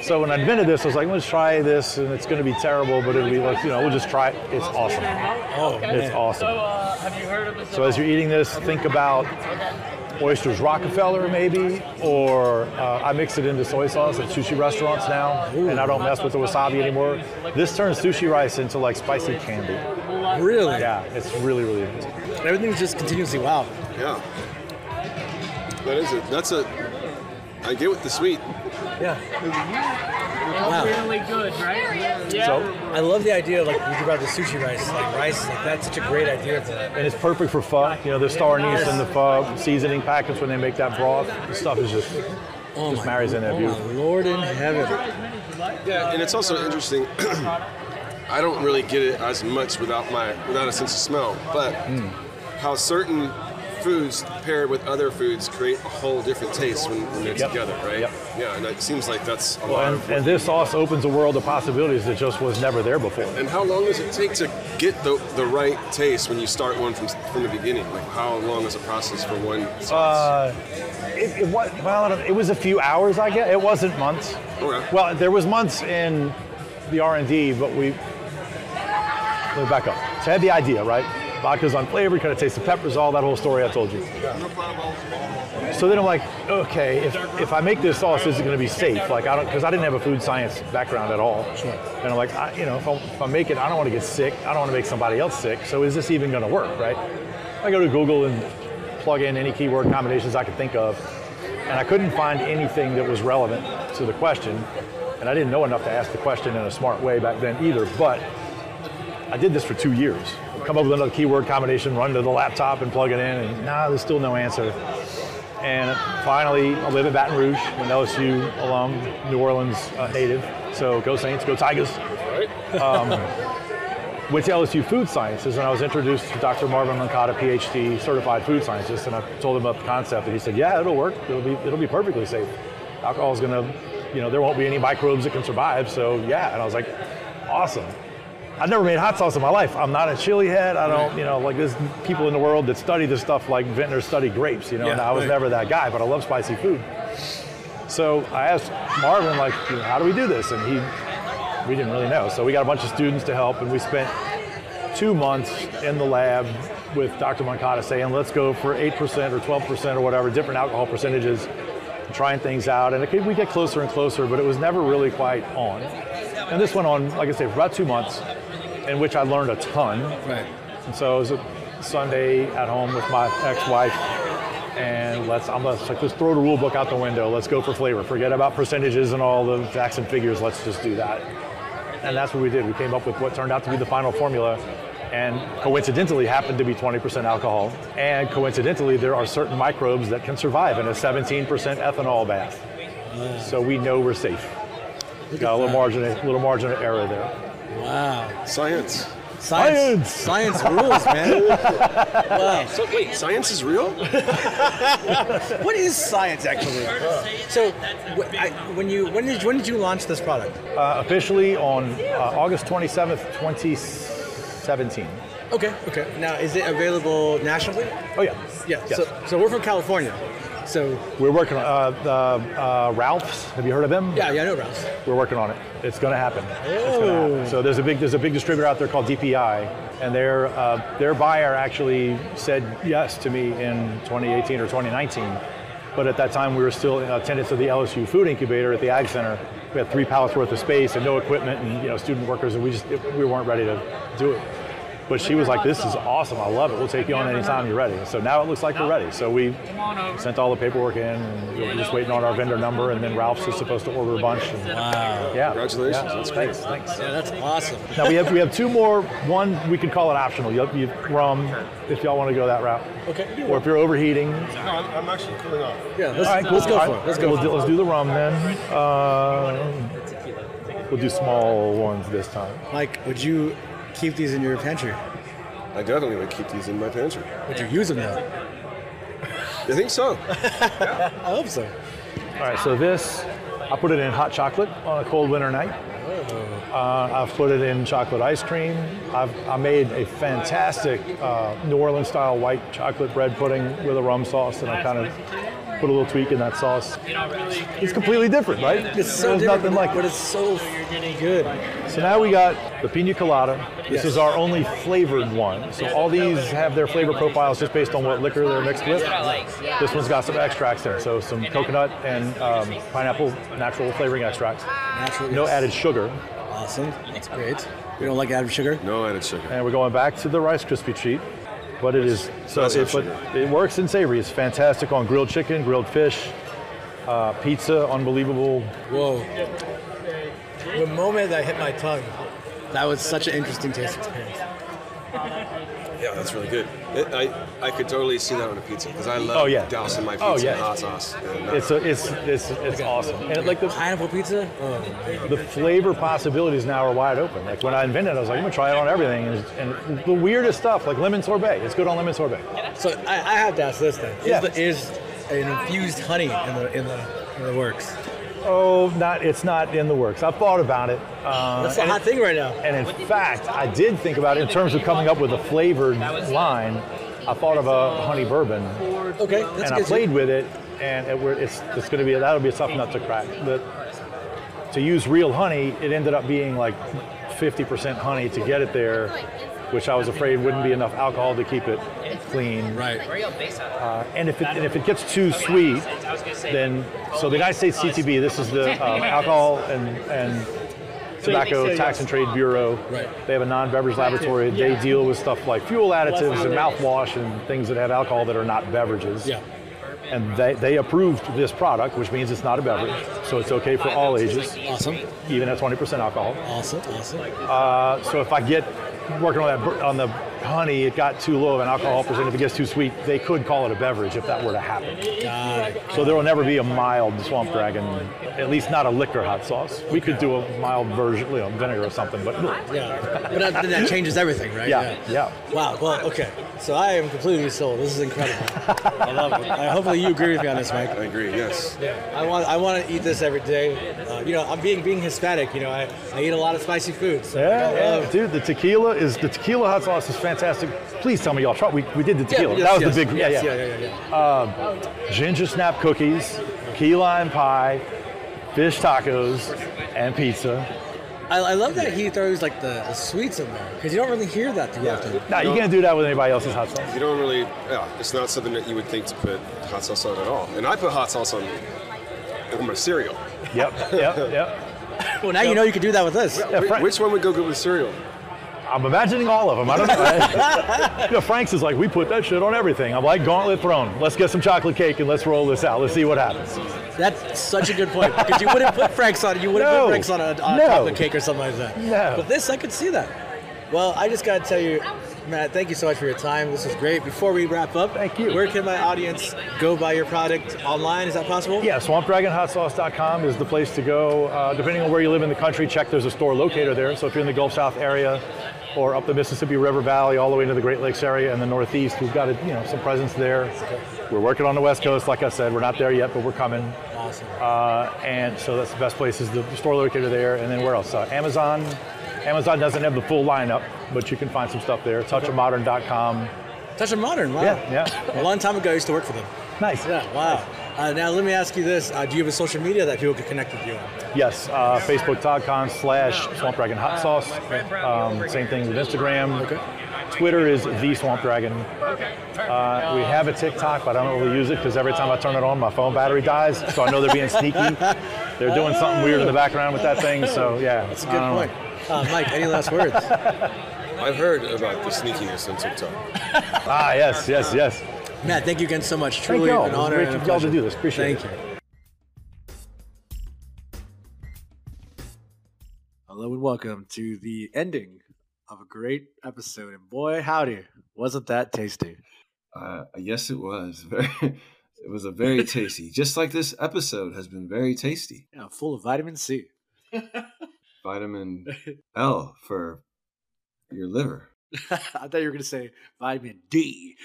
T: So when I invented this, I was like, let's try this, and it's going to be terrible, but it'll be like, you know, we'll just try it. It's awesome.
B: Oh,
T: it's awesome.
L: uh, have you heard of this?
T: So as you're eating this, think about oysters Rockefeller maybe, or uh, I mix it into soy sauce at sushi restaurants now, and I don't mess with the wasabi anymore. This turns sushi rice into like spicy candy.
B: Really?
T: Yeah, it's really really. Amazing.
B: Everything's just continuously wow.
C: Yeah. That is it. That's a. I get with the sweet.
B: Wow.
L: really good, right?
B: I love the idea of like you brought the sushi rice, like rice, like that's such a great idea for that.
T: And it's perfect for pho. You know, the star anise and the pho seasoning packets when they make that broth. The stuff is just just marries in there
B: Oh
T: beautiful.
B: my lord in heaven.
C: Yeah, and it's also interesting. I don't really get it as much without my without a sense of smell, but
B: Hmm.
C: how certain foods paired with other foods create a whole different taste when, when they're
T: Yep.
C: together, right? Yeah, and it seems like that's a lot
T: Well,
C: of.
T: and, and this sauce opens a world of possibilities that just was never there before.
C: And how long does it take to get the, the right taste when you start one from from the beginning? Like how long is the process for one?
T: Uh, it, it was well. I don't- It was a few hours, I guess. It wasn't months. Well, there was months in the R and D, but we let me back up. So I had the idea, right? Vodka's unflavored, kind of taste the peppers, all that whole story I told you. So then I'm like, okay, if, if I make this sauce, is it going to be safe? Like I don't, because I didn't have a food science background at all. Sure. And I'm like, I, you know, if I, if I make it, I don't want to get sick. I don't want to make somebody else sick. So is this even going to work, right? I go to Google and plug in any keyword combinations I could think of, and I couldn't find anything that was relevant to the question. And I didn't know enough to ask the question in a smart way back then either. But I did this for two years. Come up with another keyword combination, run to the laptop and plug it in, and nah, there's still no answer. And finally, I live in Baton Rouge, an LSU alum, New Orleans uh, native. So go Saints, go Tigers. Um, went to LSU Food Sciences, and I was introduced to Dr. Marvin Mankata, PhD, certified food scientist, and I told him about the concept, and he said, "Yeah, it'll work. It'll be it'll be perfectly safe. Alcohol's gonna, you know, there won't be any microbes that can survive. So yeah." And I was like, "Awesome." I've never made hot sauce in my life. I'm not a chili head. I don't, you know, like there's people in the world that study this stuff like vintners study grapes, you know,
I: Yeah,
T: and I was
I: right.
T: never that guy, but I love spicy food. So I asked Marvin, like, you know, how do we do this? And he, we didn't really know. So we got a bunch of students to help, and we spent two months in the lab with Dr. Moncada saying, let's go for 8% or 12% or whatever, different alcohol percentages, trying things out. And it could, we get closer and closer, but it was never really quite on. And this went on, like I say, for about two months, in which I learned a ton. Right. And so it was a Sunday at home with my ex-wife, and let's I'm let's like let's throw the rule book out the window. Let's go for flavor. Forget about percentages and all the facts and figures. Let's just do that. And that's what we did. We came up with what turned out to be the final formula, and coincidentally happened to be 20% alcohol. And coincidentally, there are certain microbes that can survive in a 17% ethanol bath. So we know we're safe. Got a little margin, a little margin of error there.
B: Wow.
C: Science.
T: Science.
B: Science rules, man.
T: Wow.
C: So wait, science is real?
B: what is science actually? So, wh- I, when you when did when did you launch this product?
T: Uh, officially on uh, August 27th, 2017.
B: Okay, okay. Now, is it available nationally?
T: Oh yeah.
B: Yeah.
T: Yes.
B: So, so we're from California. So
T: We're working on uh, the uh, Ralph's. Have you heard of him?
B: yeah, yeah, I know Ralph's.
T: We're working on it. It's going to happen. It's gonna
B: Oh.
T: happen. So there's a big there's a big distributor out there called DPI, and their uh, their buyer actually said yes to me in 2018 or 2019. But at that time, we were still in attendance of the LSU Food Incubator at the Ag Center. We had three pallets worth of space and no equipment, and you know student workers, and we just we weren't ready to do it. But she was like, "This is awesome. I love it. We'll take you on anytime you're ready." So now it looks like we're ready. So we sent all the paperwork in, and we're just waiting on our vendor number, and then Ralph's is supposed to order a bunch. And
B: Wow.
T: Yeah.
C: Congratulations.
T: Yeah.
C: That's
T: Thanks.
C: great.
T: Thanks.
B: Yeah, that's awesome.
T: Now we have we have two more. One we could call it optional. You, you rum, if y'all want to go that route.
B: Okay.
T: Or if you're overheating.
S: No, I'm, I'm actually cooling off.
B: Yeah,
T: All right, cool. All right, we'll do- Let's do the rum then.
B: Uh,
T: we'll do small ones this time.
B: Mike, would you keep these in your pantry?
C: I definitely would keep these in my pantry.
B: Would you use them though?
C: You think so?
B: I hope so.
T: All right, so this I put it in hot chocolate on a cold winter night.
B: Oh.
T: Uh, I've put it in chocolate ice cream. I've, I made a fantastic uh, New Orleans style white chocolate bread pudding with a rum sauce, and I kind of put a little tweak in that sauce. It's completely different, right?
B: It's so
T: There's
B: different,
T: nothing like
B: but
T: it.
B: it's so good.
T: So now we got the pina colada. This
B: Yes.
T: is our only flavored one. So all these have their flavor profiles just based on what liquor they're mixed with. This one's got some extracts in it, so some coconut and um, pineapple natural flavoring extracts.
B: Natural,
T: No
B: yes.
T: added sugar.
B: Awesome. That's great. We don't like added sugar.
C: No added sugar.
T: And we're going back to the Rice Krispie treat. But it is so
C: That's
T: it,
C: not
T: but it works in savory. It's fantastic on grilled chicken, grilled fish, uh, pizza, unbelievable.
B: Whoa. The moment I hit my tongue, that was such an interesting taste experience.
C: Yeah, that's really good. It, I, I could totally see that on a pizza because I love
T: Oh, yeah.
C: dousing my pizza
T: Oh, yeah.
C: in hot sauce. And, uh,
T: It's a, it's it's it's awesome. And like the
B: pineapple pizza,
T: the flavor possibilities now are wide open. Like when I invented, it, I was like, I'm gonna try it on everything, and, and the weirdest stuff, like lemon sorbet, it's good on lemon sorbet.
B: So I, I have to ask this then. Is,
T: Yeah.
B: the, is an infused honey in the in the in the works?
T: Oh, not it's not in the works. I've thought about it. Uh,
B: That's the
T: and
B: hot
T: it-
B: thing right now.
T: And in fact, I did think about it in terms of coming up with a flavored line. I thought of a honey bourbon,
B: Okay, that's
T: and I
B: good.
T: played with it, and it, were- it's it's going to be that'll be a tough nut to crack. But to use real honey, it ended up being like 50% honey to get it there, which I was afraid wouldn't be enough alcohol to keep it clean. Uh, and if it and if it gets too sweet, then so the United States CTB. This is the uh, alcohol and and tobacco tax and trade bureau. They have a non-beverage laboratory. They deal with stuff like fuel additives and mouthwash and things that have alcohol that are not beverages.
B: Yeah.
T: And they, they approved this product, which means it's not a beverage, so it's okay for all ages.
B: Awesome.
T: Even at 20% alcohol.
B: Awesome, awesome.
T: Uh, so if I get working on that bur- on the honey, it got too low of an alcohol percent. If it gets too sweet, they could call it a beverage if that were to happen.
B: Got it.
T: So there will never be a mild swamp dragon, at least not a liquor hot sauce. We could do a mild version, you know, vinegar or something, but
B: Yeah. But that, then that changes everything, right?
T: Yeah, yeah.
B: Wow. Well, okay. So I am completely sold. This is incredible. I love it. I, hopefully you agree with me on this, Mike.
C: I agree, yes.
B: I want I want to eat this every day. Uh, you know, I'm being being Hispanic. You know, I, I eat a lot of spicy food. So
T: Yeah,
B: I
T: yeah.
B: love-
T: dude, the tequila is the tequila hot sauce is fantastic. Please tell me y'all tried. We, we did the
B: Yeah,
T: tequila.
B: yes,
T: that was
B: yes,
T: the big
B: yes,
T: yeah
B: yeah, yeah,
T: Um, ginger snap cookies, key lime pie, fish tacos, and pizza.
B: I, I love that he throws like the, the sweets in there because you don't really hear that too often.
T: Now you can't do that with anybody else's hot sauce.
C: You don't really, yeah, it's not something that you would think to put hot sauce on at all. And I put hot sauce on, on my cereal.
T: Yep, yep, yep.
B: Well, now you know you can do that with this.
C: Which one would go good with cereal?
T: I'm imagining all of them. I don't know. You know, Frank's is like, we put that shit on everything. I'm like, gauntlet thrown. Let's get some chocolate cake and let's roll this out. Let's see what happens.
B: That's such a good point because you wouldn't put Frank's on you wouldn't
T: No.
B: put Frank's on a, on a
T: No.
B: chocolate cake or something like that.
T: No.
B: But this, I could see that. Well, I just gotta tell you, Matt, thank you so much for your time. This was great. Before we wrap up, thank you. Where can my audience go buy your product online? Is that possible?
T: Yeah, swampdragonhotsauce.com is the place to go. Uh, depending on where you live in the country, check there's a store locator there. So if you're in the Gulf South area or up the Mississippi River Valley, all the way into the Great Lakes area and the Northeast, we've got a, you know some presence there. We're working on the West Coast, like I said. We're not there yet, but we're coming. Awesome. Uh, and so that's the best place is the store locator there. And then where else? Uh, Amazon. Amazon doesn't have the full lineup, but you can find some stuff there. Touchofmodern.com.
B: Touch of Modern. Wow.
T: Yeah, yeah.
B: A long time ago, I used to work for them.
T: Nice.
B: Yeah. Wow. Uh, now let me ask you this: uh, Do you have a social media that people can connect with you on?
T: Yes, uh, Facebook.com slash Swamp Dragon Hot Sauce. Um, same thing with Instagram. Twitter is the Swamp Dragon. Uh, we have a TikTok, but I don't really use it because every time I turn it on, my phone battery dies. So I know they're being sneaky. They're doing something weird in the background with that thing. So yeah, Um,
B: That's a
T: I don't know.
B: good point. Uh, Mike, any last words?
J: I've heard about the sneakiness in TikTok.
T: Ah, yes, yes, yes.
B: Matt, thank you again so much.
T: Thank
B: Truly
T: y'all.
B: an
T: It was
B: honor.
T: great
B: and a
T: of y'all to
B: pleasure.
T: do this. Appreciate
B: Thank
T: it.
B: you. Hello and welcome to the ending of a great episode. And boy, howdy, wasn't that tasty?
F: Uh, yes, it was very. It was a very tasty, just like this episode has been very tasty.
B: Yeah, full of vitamin C.
F: Vitamin L for your liver.
B: I thought you were going to say vitamin D.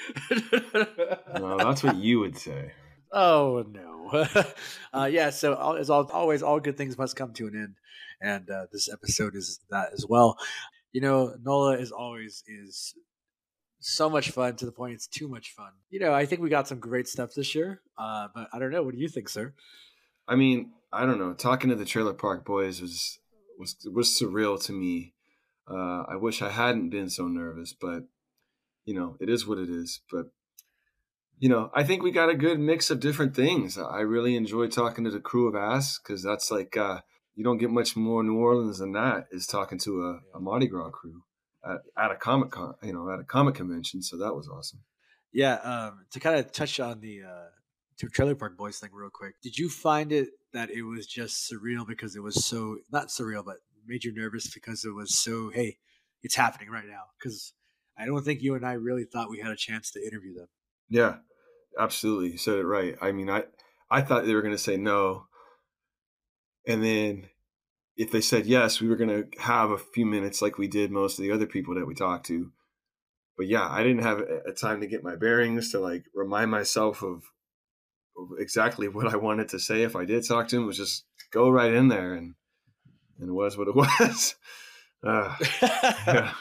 F: No, that's what you would say.
B: Oh no. uh, yeah. So all- as al- always, all good things must come to an end, and uh, this episode is that as well. You know, Nola is always is so much fun to the point it's too much fun. You know, I think we got some great stuff this year, uh, but I don't know. What do you think, sir?
F: I mean, I don't know. Talking to the Trailer Park Boys was was was surreal to me. Uh, I wish I hadn't been so nervous, but you know, it is what it is. But you know, I think we got a good mix of different things. I really enjoy talking to the crew of Ass because that's like uh, you don't get much more New Orleans than that is talking to a, a Mardi Gras crew at, at a comic con, you know, at a comic convention. So that was awesome.
B: Yeah. Um, to kind of touch on the uh, to Trailer Park Boys thing real quick. Did you find it that it was just surreal because it was so not surreal, but made you nervous because it was so hey, it's happening right now? Because I don't think you and I really thought we had a chance to interview them.
F: Yeah, absolutely. You said it right. I mean, I I thought they were going to say no, and then if they said yes, we were going to have a few minutes like we did most of the other people that we talked to. But yeah, I didn't have a a time to get my bearings to like remind myself of of exactly what I wanted to say if I did talk to him. It was just go right in there and and it was what it was. Uh, yeah.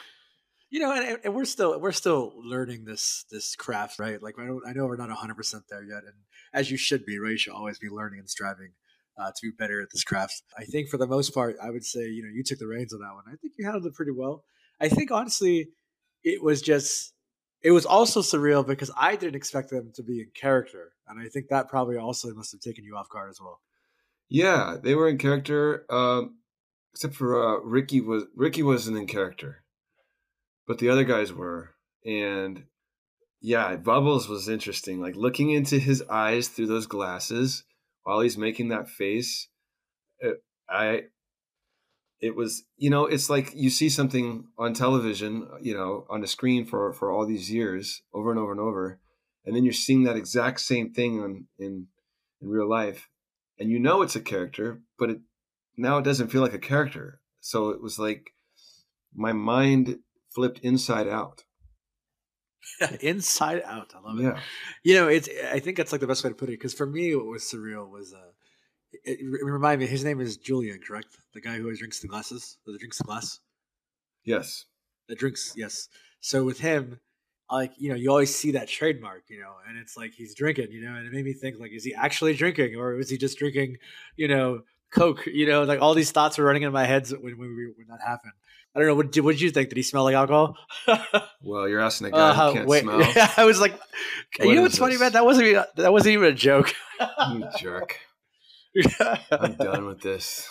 B: You know, and, and we're still we're still learning this this craft, right? Like I, don't, I know we're not hundred percent there yet, and as you should be, right? You should always be learning and striving uh, to be better at this craft. I think for the most part, I would say you know you took the reins on that one. I think you handled it pretty well. I think honestly, it was just it was also surreal because I didn't expect them to be in character, and I think that probably also must have taken you off guard as well.
F: Yeah, they were in character. Um, except for uh, Ricky was Ricky wasn't in character, but the other guys were. And yeah, Bubbles was interesting. Like looking into his eyes through those glasses while he's making that face. It, I. It was, you know, it's like you see something on television, you know, on the screen for for all these years, over and over and over, and then you're seeing that exact same thing on in in real life, and you know it's a character, but it now it doesn't feel like a character. So it was like my mind flipped inside out.
B: Inside out, I love it.
F: Yeah.
B: you know it's i think that's like the best way to put it because for me what was surreal was uh it, it remind me his name is julian correct the guy who always drinks the glasses or the drinks the glass
F: Yes.
B: the drinks yes so with him like you know you always see that trademark you know and it's like he's drinking you know and it made me think like is he actually drinking or is he just drinking you know coke you know like all these thoughts were running in my head when, when, we, when that happened i don't know what did what did you think did he smell like alcohol
F: Well, you're asking a guy
B: Uh,
F: who can't
B: wait.
F: smell.
B: i was like you know
F: What is
B: what's funny
F: this?
B: man that wasn't even that wasn't even a joke
F: You jerk. I'm done with this.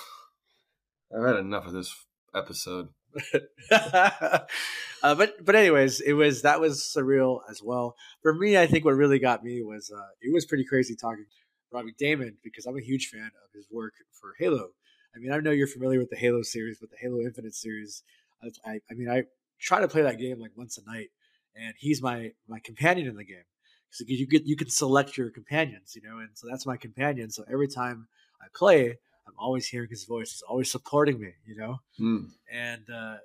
F: I've had enough of this episode.
B: uh, but but anyways, it was that was surreal as well. For me, I think what really got me was uh, it was pretty crazy talking to Robbie Damon because I'm a huge fan of his work for Halo. I mean, I know you're familiar with the Halo series, but the Halo Infinite series. I, I, I mean, I try to play that game like once a night, and he's my my companion in the game. So you get you can select your companions, you know, and so that's my companion. So every time I play, I'm always hearing his voice. He's always supporting me, you know,
F: Hmm.
B: and uh,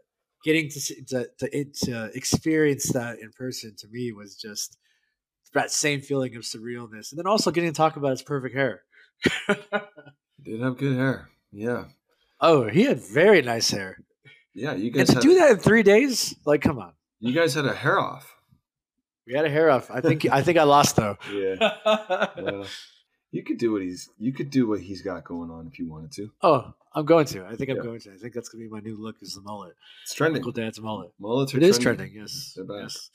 B: getting to, see- to to it- to experience that in person to me was just that same feeling of surrealness, and then also getting to talk about his perfect hair.
F: Did have good hair. Yeah.
B: Oh, he had very nice hair.
F: Yeah, you
B: And
F: guys.
B: to
F: Had,
B: do that in three days, like, come on.
F: You guys had a hair off.
B: We had a hair off. I think I think I lost though.
F: Yeah. Well, you could do what he's. You could do what he's got going on if you wanted to.
B: Oh, I'm going to. I think I'm
F: Yeah.
B: going to. I think that's gonna be my new look is the mullet.
F: It's trending.
B: Uncle Dad's mullet.
F: Mullets are
B: It is
F: trending.
B: trending. Yes.
F: They're back.
B: Yes.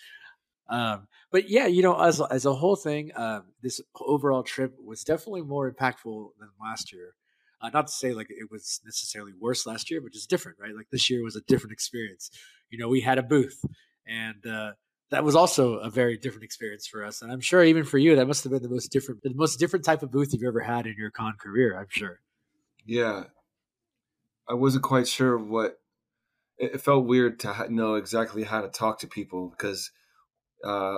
B: Um, but yeah, you know, as as a whole thing, um, this overall trip was definitely more impactful than last year. Uh, not to say like it was necessarily worse last year, but just different, right? Like this year was a different experience. You know, we had a booth, and uh, that was also a very different experience for us. And I'm sure even for you, that must have been the most different, the most different type of booth you've ever had in your con career. I'm sure.
F: Yeah. I wasn't quite sure what it, it felt weird to ha- know exactly how to talk to people because uh,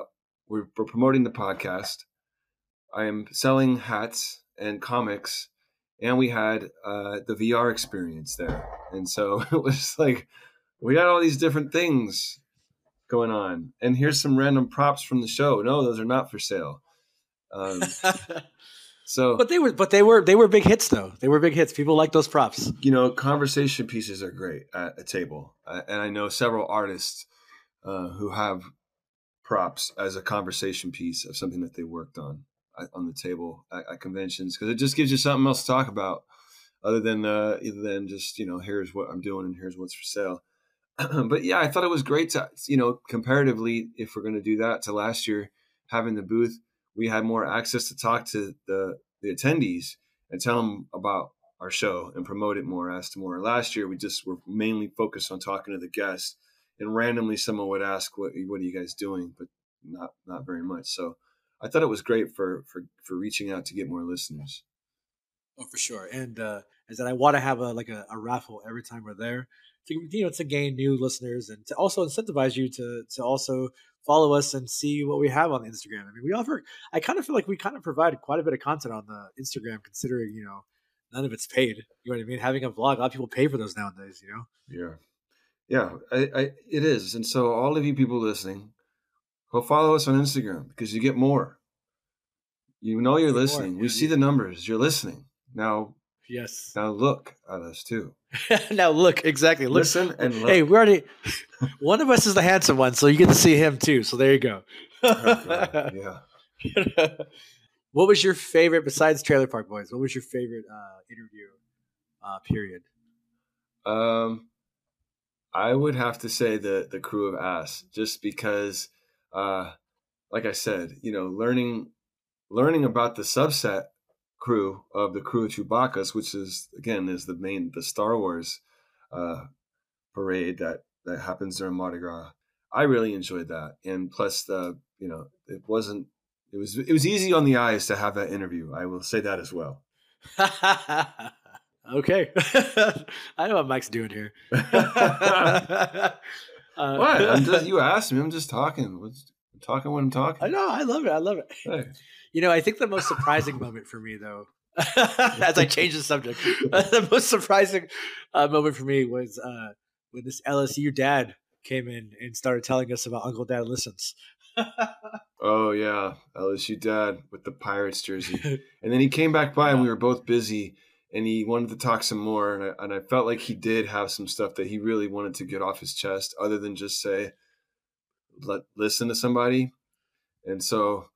F: we're, we're promoting the podcast. I am selling hats and comics, and we had uh, the VR experience there. And so it was like, we got all these different things going on. And here's some random props from the show. No, those are not for sale. Um, so,
B: But they were, but they were, they were big hits though. They were big hits. People like those props.
F: you know, conversation pieces are great at a table, uh, and I know several artists uh, who have props as a conversation piece of something that they worked on at, on the table at, at conventions because it just gives you something else to talk about other than uh, other than just you know here's what I'm doing and here's what's for sale. but yeah, I thought it was great to you know comparatively if we're going to do that to last year having the booth, we had more access to talk to the the attendees and tell them about our show and promote it more as to more. Last year, we just were mainly focused on talking to the guests, and randomly someone would ask, "What what are you guys doing?" But not not very much. So I thought it was great for for for reaching out to get more listeners.
B: Oh, for sure. And uh, is that I want to have a like a, a raffle every time we're there to you know to gain new listeners and to also incentivize you to to also follow us and see what we have on Instagram. I mean, we offer. I kind of feel like we kind of provide quite a bit of content on the Instagram, considering you know none of it's paid. You know what I mean? Having a vlog, a lot of people pay for those nowadays. You know.
F: Yeah, yeah, I, I, it is. And so all of you people listening, go follow us on Instagram because you get more. You know you're listening. We see the numbers. You're listening now.
B: Yes.
F: Now look at us too.
B: now look exactly. Look,
F: Listen and
B: hey,
F: look.
B: we're already. one of us is the handsome one, so you get to see him too. So there you go.
F: yeah.
B: what was your favorite besides Trailer Park Boys? What was your favorite uh, interview uh, period?
F: Um, I would have to say the the crew of ass, just because, uh, like I said, you know, learning learning about the subset crew of the crew of Chewbacca's, which is again is the main the Star Wars uh, parade that that happens during Mardi Gras. I really enjoyed that, and plus the you know it wasn't it was it was easy on the eyes to have that interview. I will say that as well.
B: Okay, I know what Mike's doing here. Uh,
F: What? I'm just, you asked me. I'm just talking. What's- I'm talking when I'm talking.
B: I know. I love it. I love it.
F: Hey.
B: You know, I think the most surprising moment for me, though, as I change the subject, the most surprising uh, moment for me was uh, when this LSU dad came in and started telling us about Uncle Dad Listens.
F: Oh yeah, LSU dad with the Pirates jersey, and then he came back by, and we were both busy, and he wanted to talk some more, and I, and I felt like he did have some stuff that he really wanted to get off his chest, other than just say, "Let listen to somebody," and so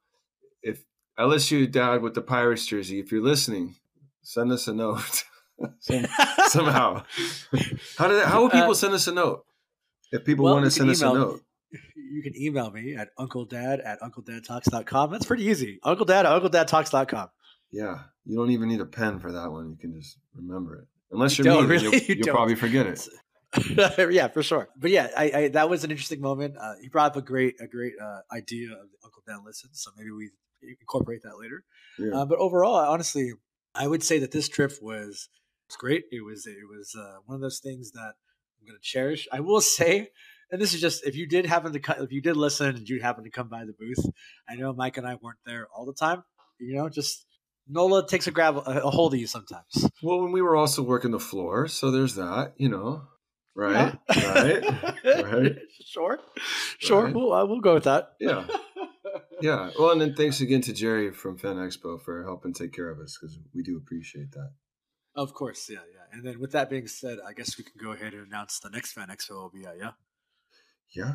F: if LSU dad with the Pirates jersey, if you're listening, send us a note Some- somehow. how did how will people
B: Uh,
F: send us a note? If people
B: well,
F: want to
B: you can
F: send us a
B: email-
F: note,
B: You can email me at uncledad at uncledadtalks.com. That's pretty easy. Uncle Dad at uncledadtalks.com.
F: Yeah, you don't even need a pen for that one. You can just remember it. Unless
B: You
F: you're me,
B: don't,
F: then
B: really,
F: you'll,
B: you
F: you'll
B: don't.
F: probably forget it.
B: yeah, for sure. But yeah, I, I that was an interesting moment. Uh, he brought up a great a great uh, idea of Uncle Dan listens, so maybe we incorporate that later.
F: Yeah.
B: Uh, but overall, I honestly, I would say that this trip was was great. It was it was uh, one of those things that I'm going to cherish. I will say and this is just if you did happen to co- if you did listen and you happen to come by the booth, I know Mike and I weren't there all the time. You know, just Nola takes a grab a, a hold of you sometimes.
F: Well, when we were also working the floor, so there's that, you know. Right? Right? Right?
B: Sure, sure,
F: Right.
B: we'll uh, we'll go with that.
F: Yeah. Yeah. Well, and then thanks again to Jerry from Fan Expo for helping take care of us because we do appreciate that.
B: Of course, yeah, yeah. And then with that being said, I guess we can go ahead and announce the next Fan Expo will be at, yeah?
F: Yeah.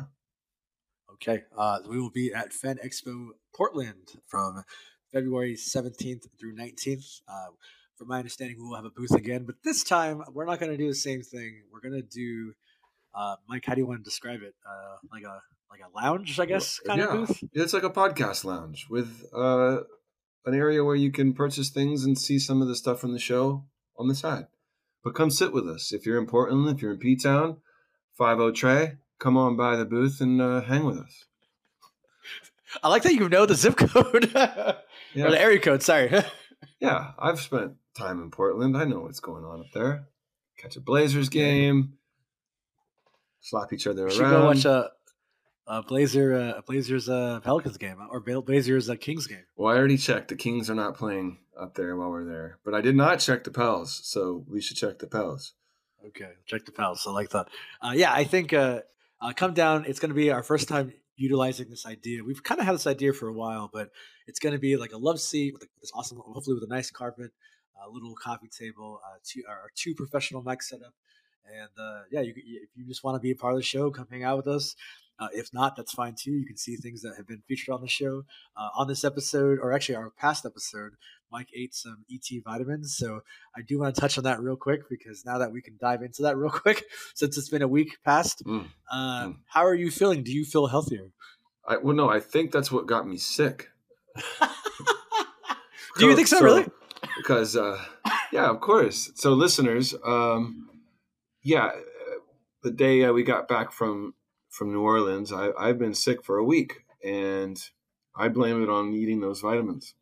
B: Okay. Uh, we will be at Fan Expo Portland from February 17th through 19th. Uh, from my understanding, we will have a booth again, but this time we're not going to do the same thing. We're going to do, uh, Mike, how do you want to describe it? Uh, like a like a lounge, I guess, kind
F: yeah.
B: of booth.
F: It's like a podcast lounge with uh, an area where you can purchase things and see some of the stuff from the show on the side. But come sit with us if you're in Portland, if you're in P Town, 50 Trey, come on by the booth and uh, hang with us.
B: I like that you know the zip code
F: Yeah.
B: or the area code. Sorry.
F: Yeah, I've spent time in Portland. I know what's going on up there. Catch a Blazers game, slap each other
B: We
F: around.
B: should go watch uh, a, a Blazer, uh, a Blazers uh, Pelicans game or Bla- Blazers uh, Kings game.
F: Well, I already checked. The Kings are not playing up there while we're there. But I did not check the Pels, so we should check the Pels.
B: Okay, check the pals. I like that. Uh, yeah, I think uh, uh, come down. It's going to be our first time utilizing this idea. We've kind of had this idea for a while, but it's going to be like a love seat with this awesome, hopefully with a nice carpet, a little coffee table, uh, two our two professional mic setup, and uh, yeah, you, you- if you just want to be a part of the show, come hang out with us. Uh, if not, that's fine too. You can see things that have been featured on the show, uh, on this episode, or actually our past episode. Mike ate some ET vitamins, so I do want to touch on that real quick because now that we can dive into that real quick, since it's been a week past, uh, how are you feeling? Do you feel healthier?
F: I well, no, I think that's what got me sick.
B: Do you think so, really?
F: Because, uh, yeah, of course. So, listeners, um, yeah, uh, the day uh, we got back from from New Orleans, I, I've been sick for a week, and I blame it on eating those vitamins.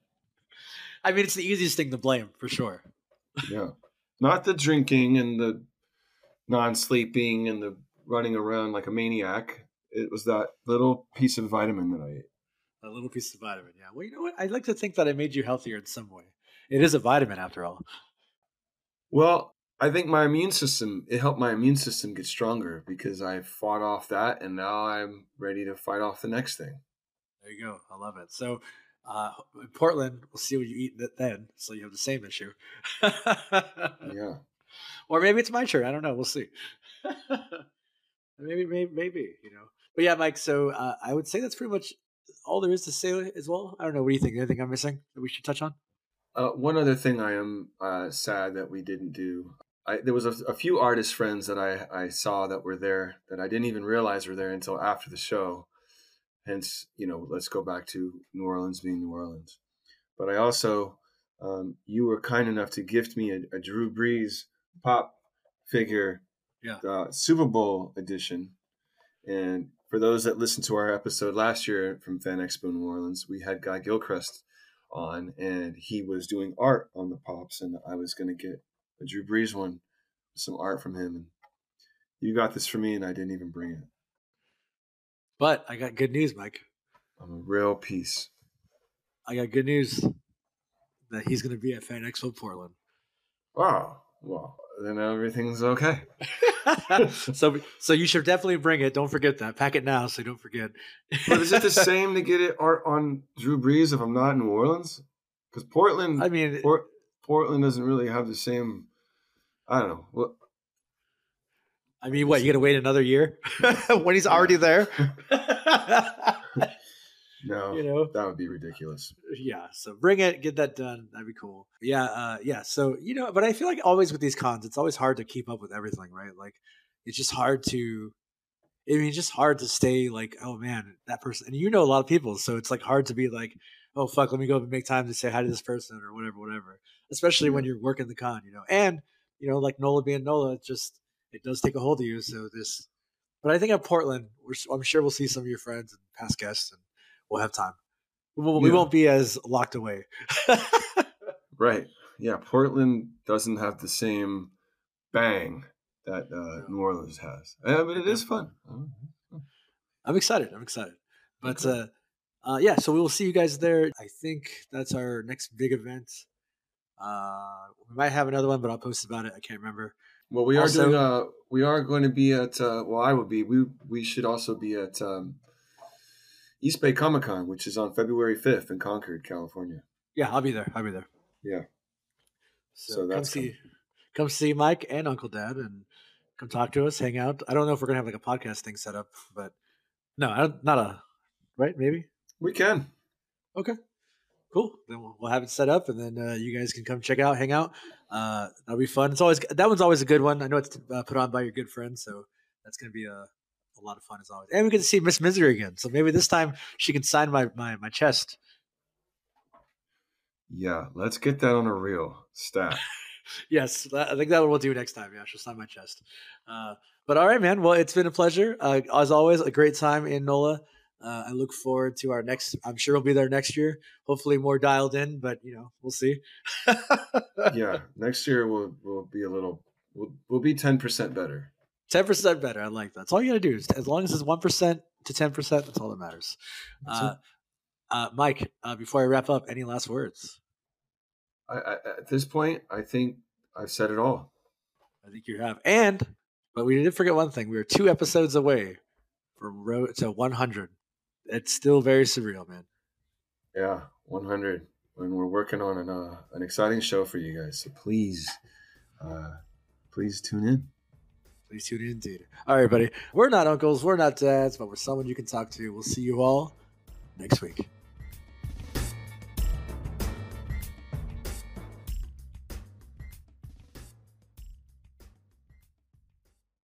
B: I mean, it's the easiest thing to blame for sure.
F: Yeah, not the drinking and the non sleeping and the running around like a maniac. It was that little piece of vitamin that I ate.
B: A little piece of vitamin, yeah. Well, you know what? I'd like to think that I made you healthier in some way. It is a vitamin after all.
F: Well, I think my immune system it helped my immune system get stronger because I fought off that and now I'm ready to fight off the next thing.
B: There you go. I love it. So, uh, in Portland, we'll see what you eat th- then, so you have the same issue.
F: yeah.
B: Or maybe it's my turn. I don't know. We'll see. maybe, maybe, maybe you know. But yeah, Mike. So uh, I would say that's pretty much all there is to say as well. I don't know. What do you think? Anything I'm missing that we should touch on?
F: Uh, one other thing I am uh, sad that we didn't do. I, there was a, a few artist friends that I, I saw that were there that I didn't even realize were there until after the show. Hence, you know, let's go back to New Orleans being New Orleans. But I also, um, you were kind enough to gift me a, a Drew Brees pop figure,
B: Yeah.
F: uh, Super Bowl edition. And for those that listened to our episode last year from Fan Expo New Orleans, we had Guy Gilchrist on, and he was doing art on the pops, and I was going to get a Drew Brees one, some art from him, and you got this for me, and I didn't even bring it.
B: But I got good news, Mike.
F: I'm a real piece.
B: I got good news that he's going to be at Fan Expo Portland.
F: Wow, wow. Then everything's okay.
B: so, so you should definitely bring it. Don't forget that. Pack it now, so you don't forget.
F: But is it the same to get it art on Drew Brees if I'm not in New Orleans? Because Portland, I
B: mean,
F: Portland doesn't really have the same. I don't know. Well,
B: I mean, what? You got to wait another year when he's already there?
F: no,
B: You know.
F: that would be ridiculous.
B: yeah so bring it get that done that'd be cool yeah uh yeah so you know but i feel like always with these cons it's always hard to keep up with everything right like it's just hard to i mean it's just hard to stay like oh man that person and you know a lot of people so it's like hard to be like oh fuck let me go up and make time to say hi to this person or whatever whatever especially
F: Mm-hmm.
B: when you're working the con you know and you know like nola being nola it just it does take a hold of you so this but i think at portland we're, s- i'm sure we'll see some of your friends and past guests and we'll have time we, won't- we
F: Yeah.
B: won't be as locked away.
F: Right. Yeah. Portland doesn't have the same bang that uh, New Orleans has. Yeah, but it is fun.
B: I'm excited. I'm excited. But uh, uh, yeah, so we will see you guys there. I think that's our next big event. Uh, we might have another one, but I'll post about it. I can't remember.
F: Well, we are
B: Also-
F: doing. Uh, we are going to be at. Uh, well, I will be. We we should also be at um, East Bay Comic Con, which is on February fifth in Concord, California.
B: Yeah, I'll be there. I'll be there.
F: Yeah.
B: So,
F: So
B: come
F: that's
B: see, come see Mike and Uncle Dad, and come talk to us, hang out. I don't know if we're gonna have like a podcast thing set up, but no, I don't, not a right. Maybe
F: we can.
B: Okay, cool. Then we'll, we'll have it set up, and then uh, you guys can come check out, hang out. Uh, that'll be fun. It's always that one's always a good one. I know it's uh, put on by your good friend, so that's gonna be a, a lot of fun as always. And we get to see Miss Misery again, so maybe this time she can sign my my, my chest.
F: Yeah, let's get that on a reel stat.
B: yes, that, I think that one we'll do next time. Yeah, she'll sign my chest. Uh, but all right, man. Well, it's been a pleasure. Uh, as always, a great time in NOLA. Uh, I look forward to our next. I'm sure we'll be there next year. Hopefully, more dialed in, but you know, we'll see.
F: yeah, next year we'll we'll be a little we'll we'll be ten percent better.
B: Ten percent better. I like that. That's all you gotta do. Is as long as it's one percent to ten percent, that's all that matters.
F: That's
B: Uh, uh, Mike, uh, before I wrap up, any last words?
F: I, I, at this point, I think I've said it all.
B: I think you have. And but we did forget one thing. We were two episodes away from road to 100. It's still very surreal, man.
F: Yeah, 100. And we're working on an uh, an exciting show for you guys. So please, uh, please tune in.
B: Please tune in, indeed. All right, buddy. We're not uncles, we're not dads, but we're someone you can talk to. We'll see you all next week.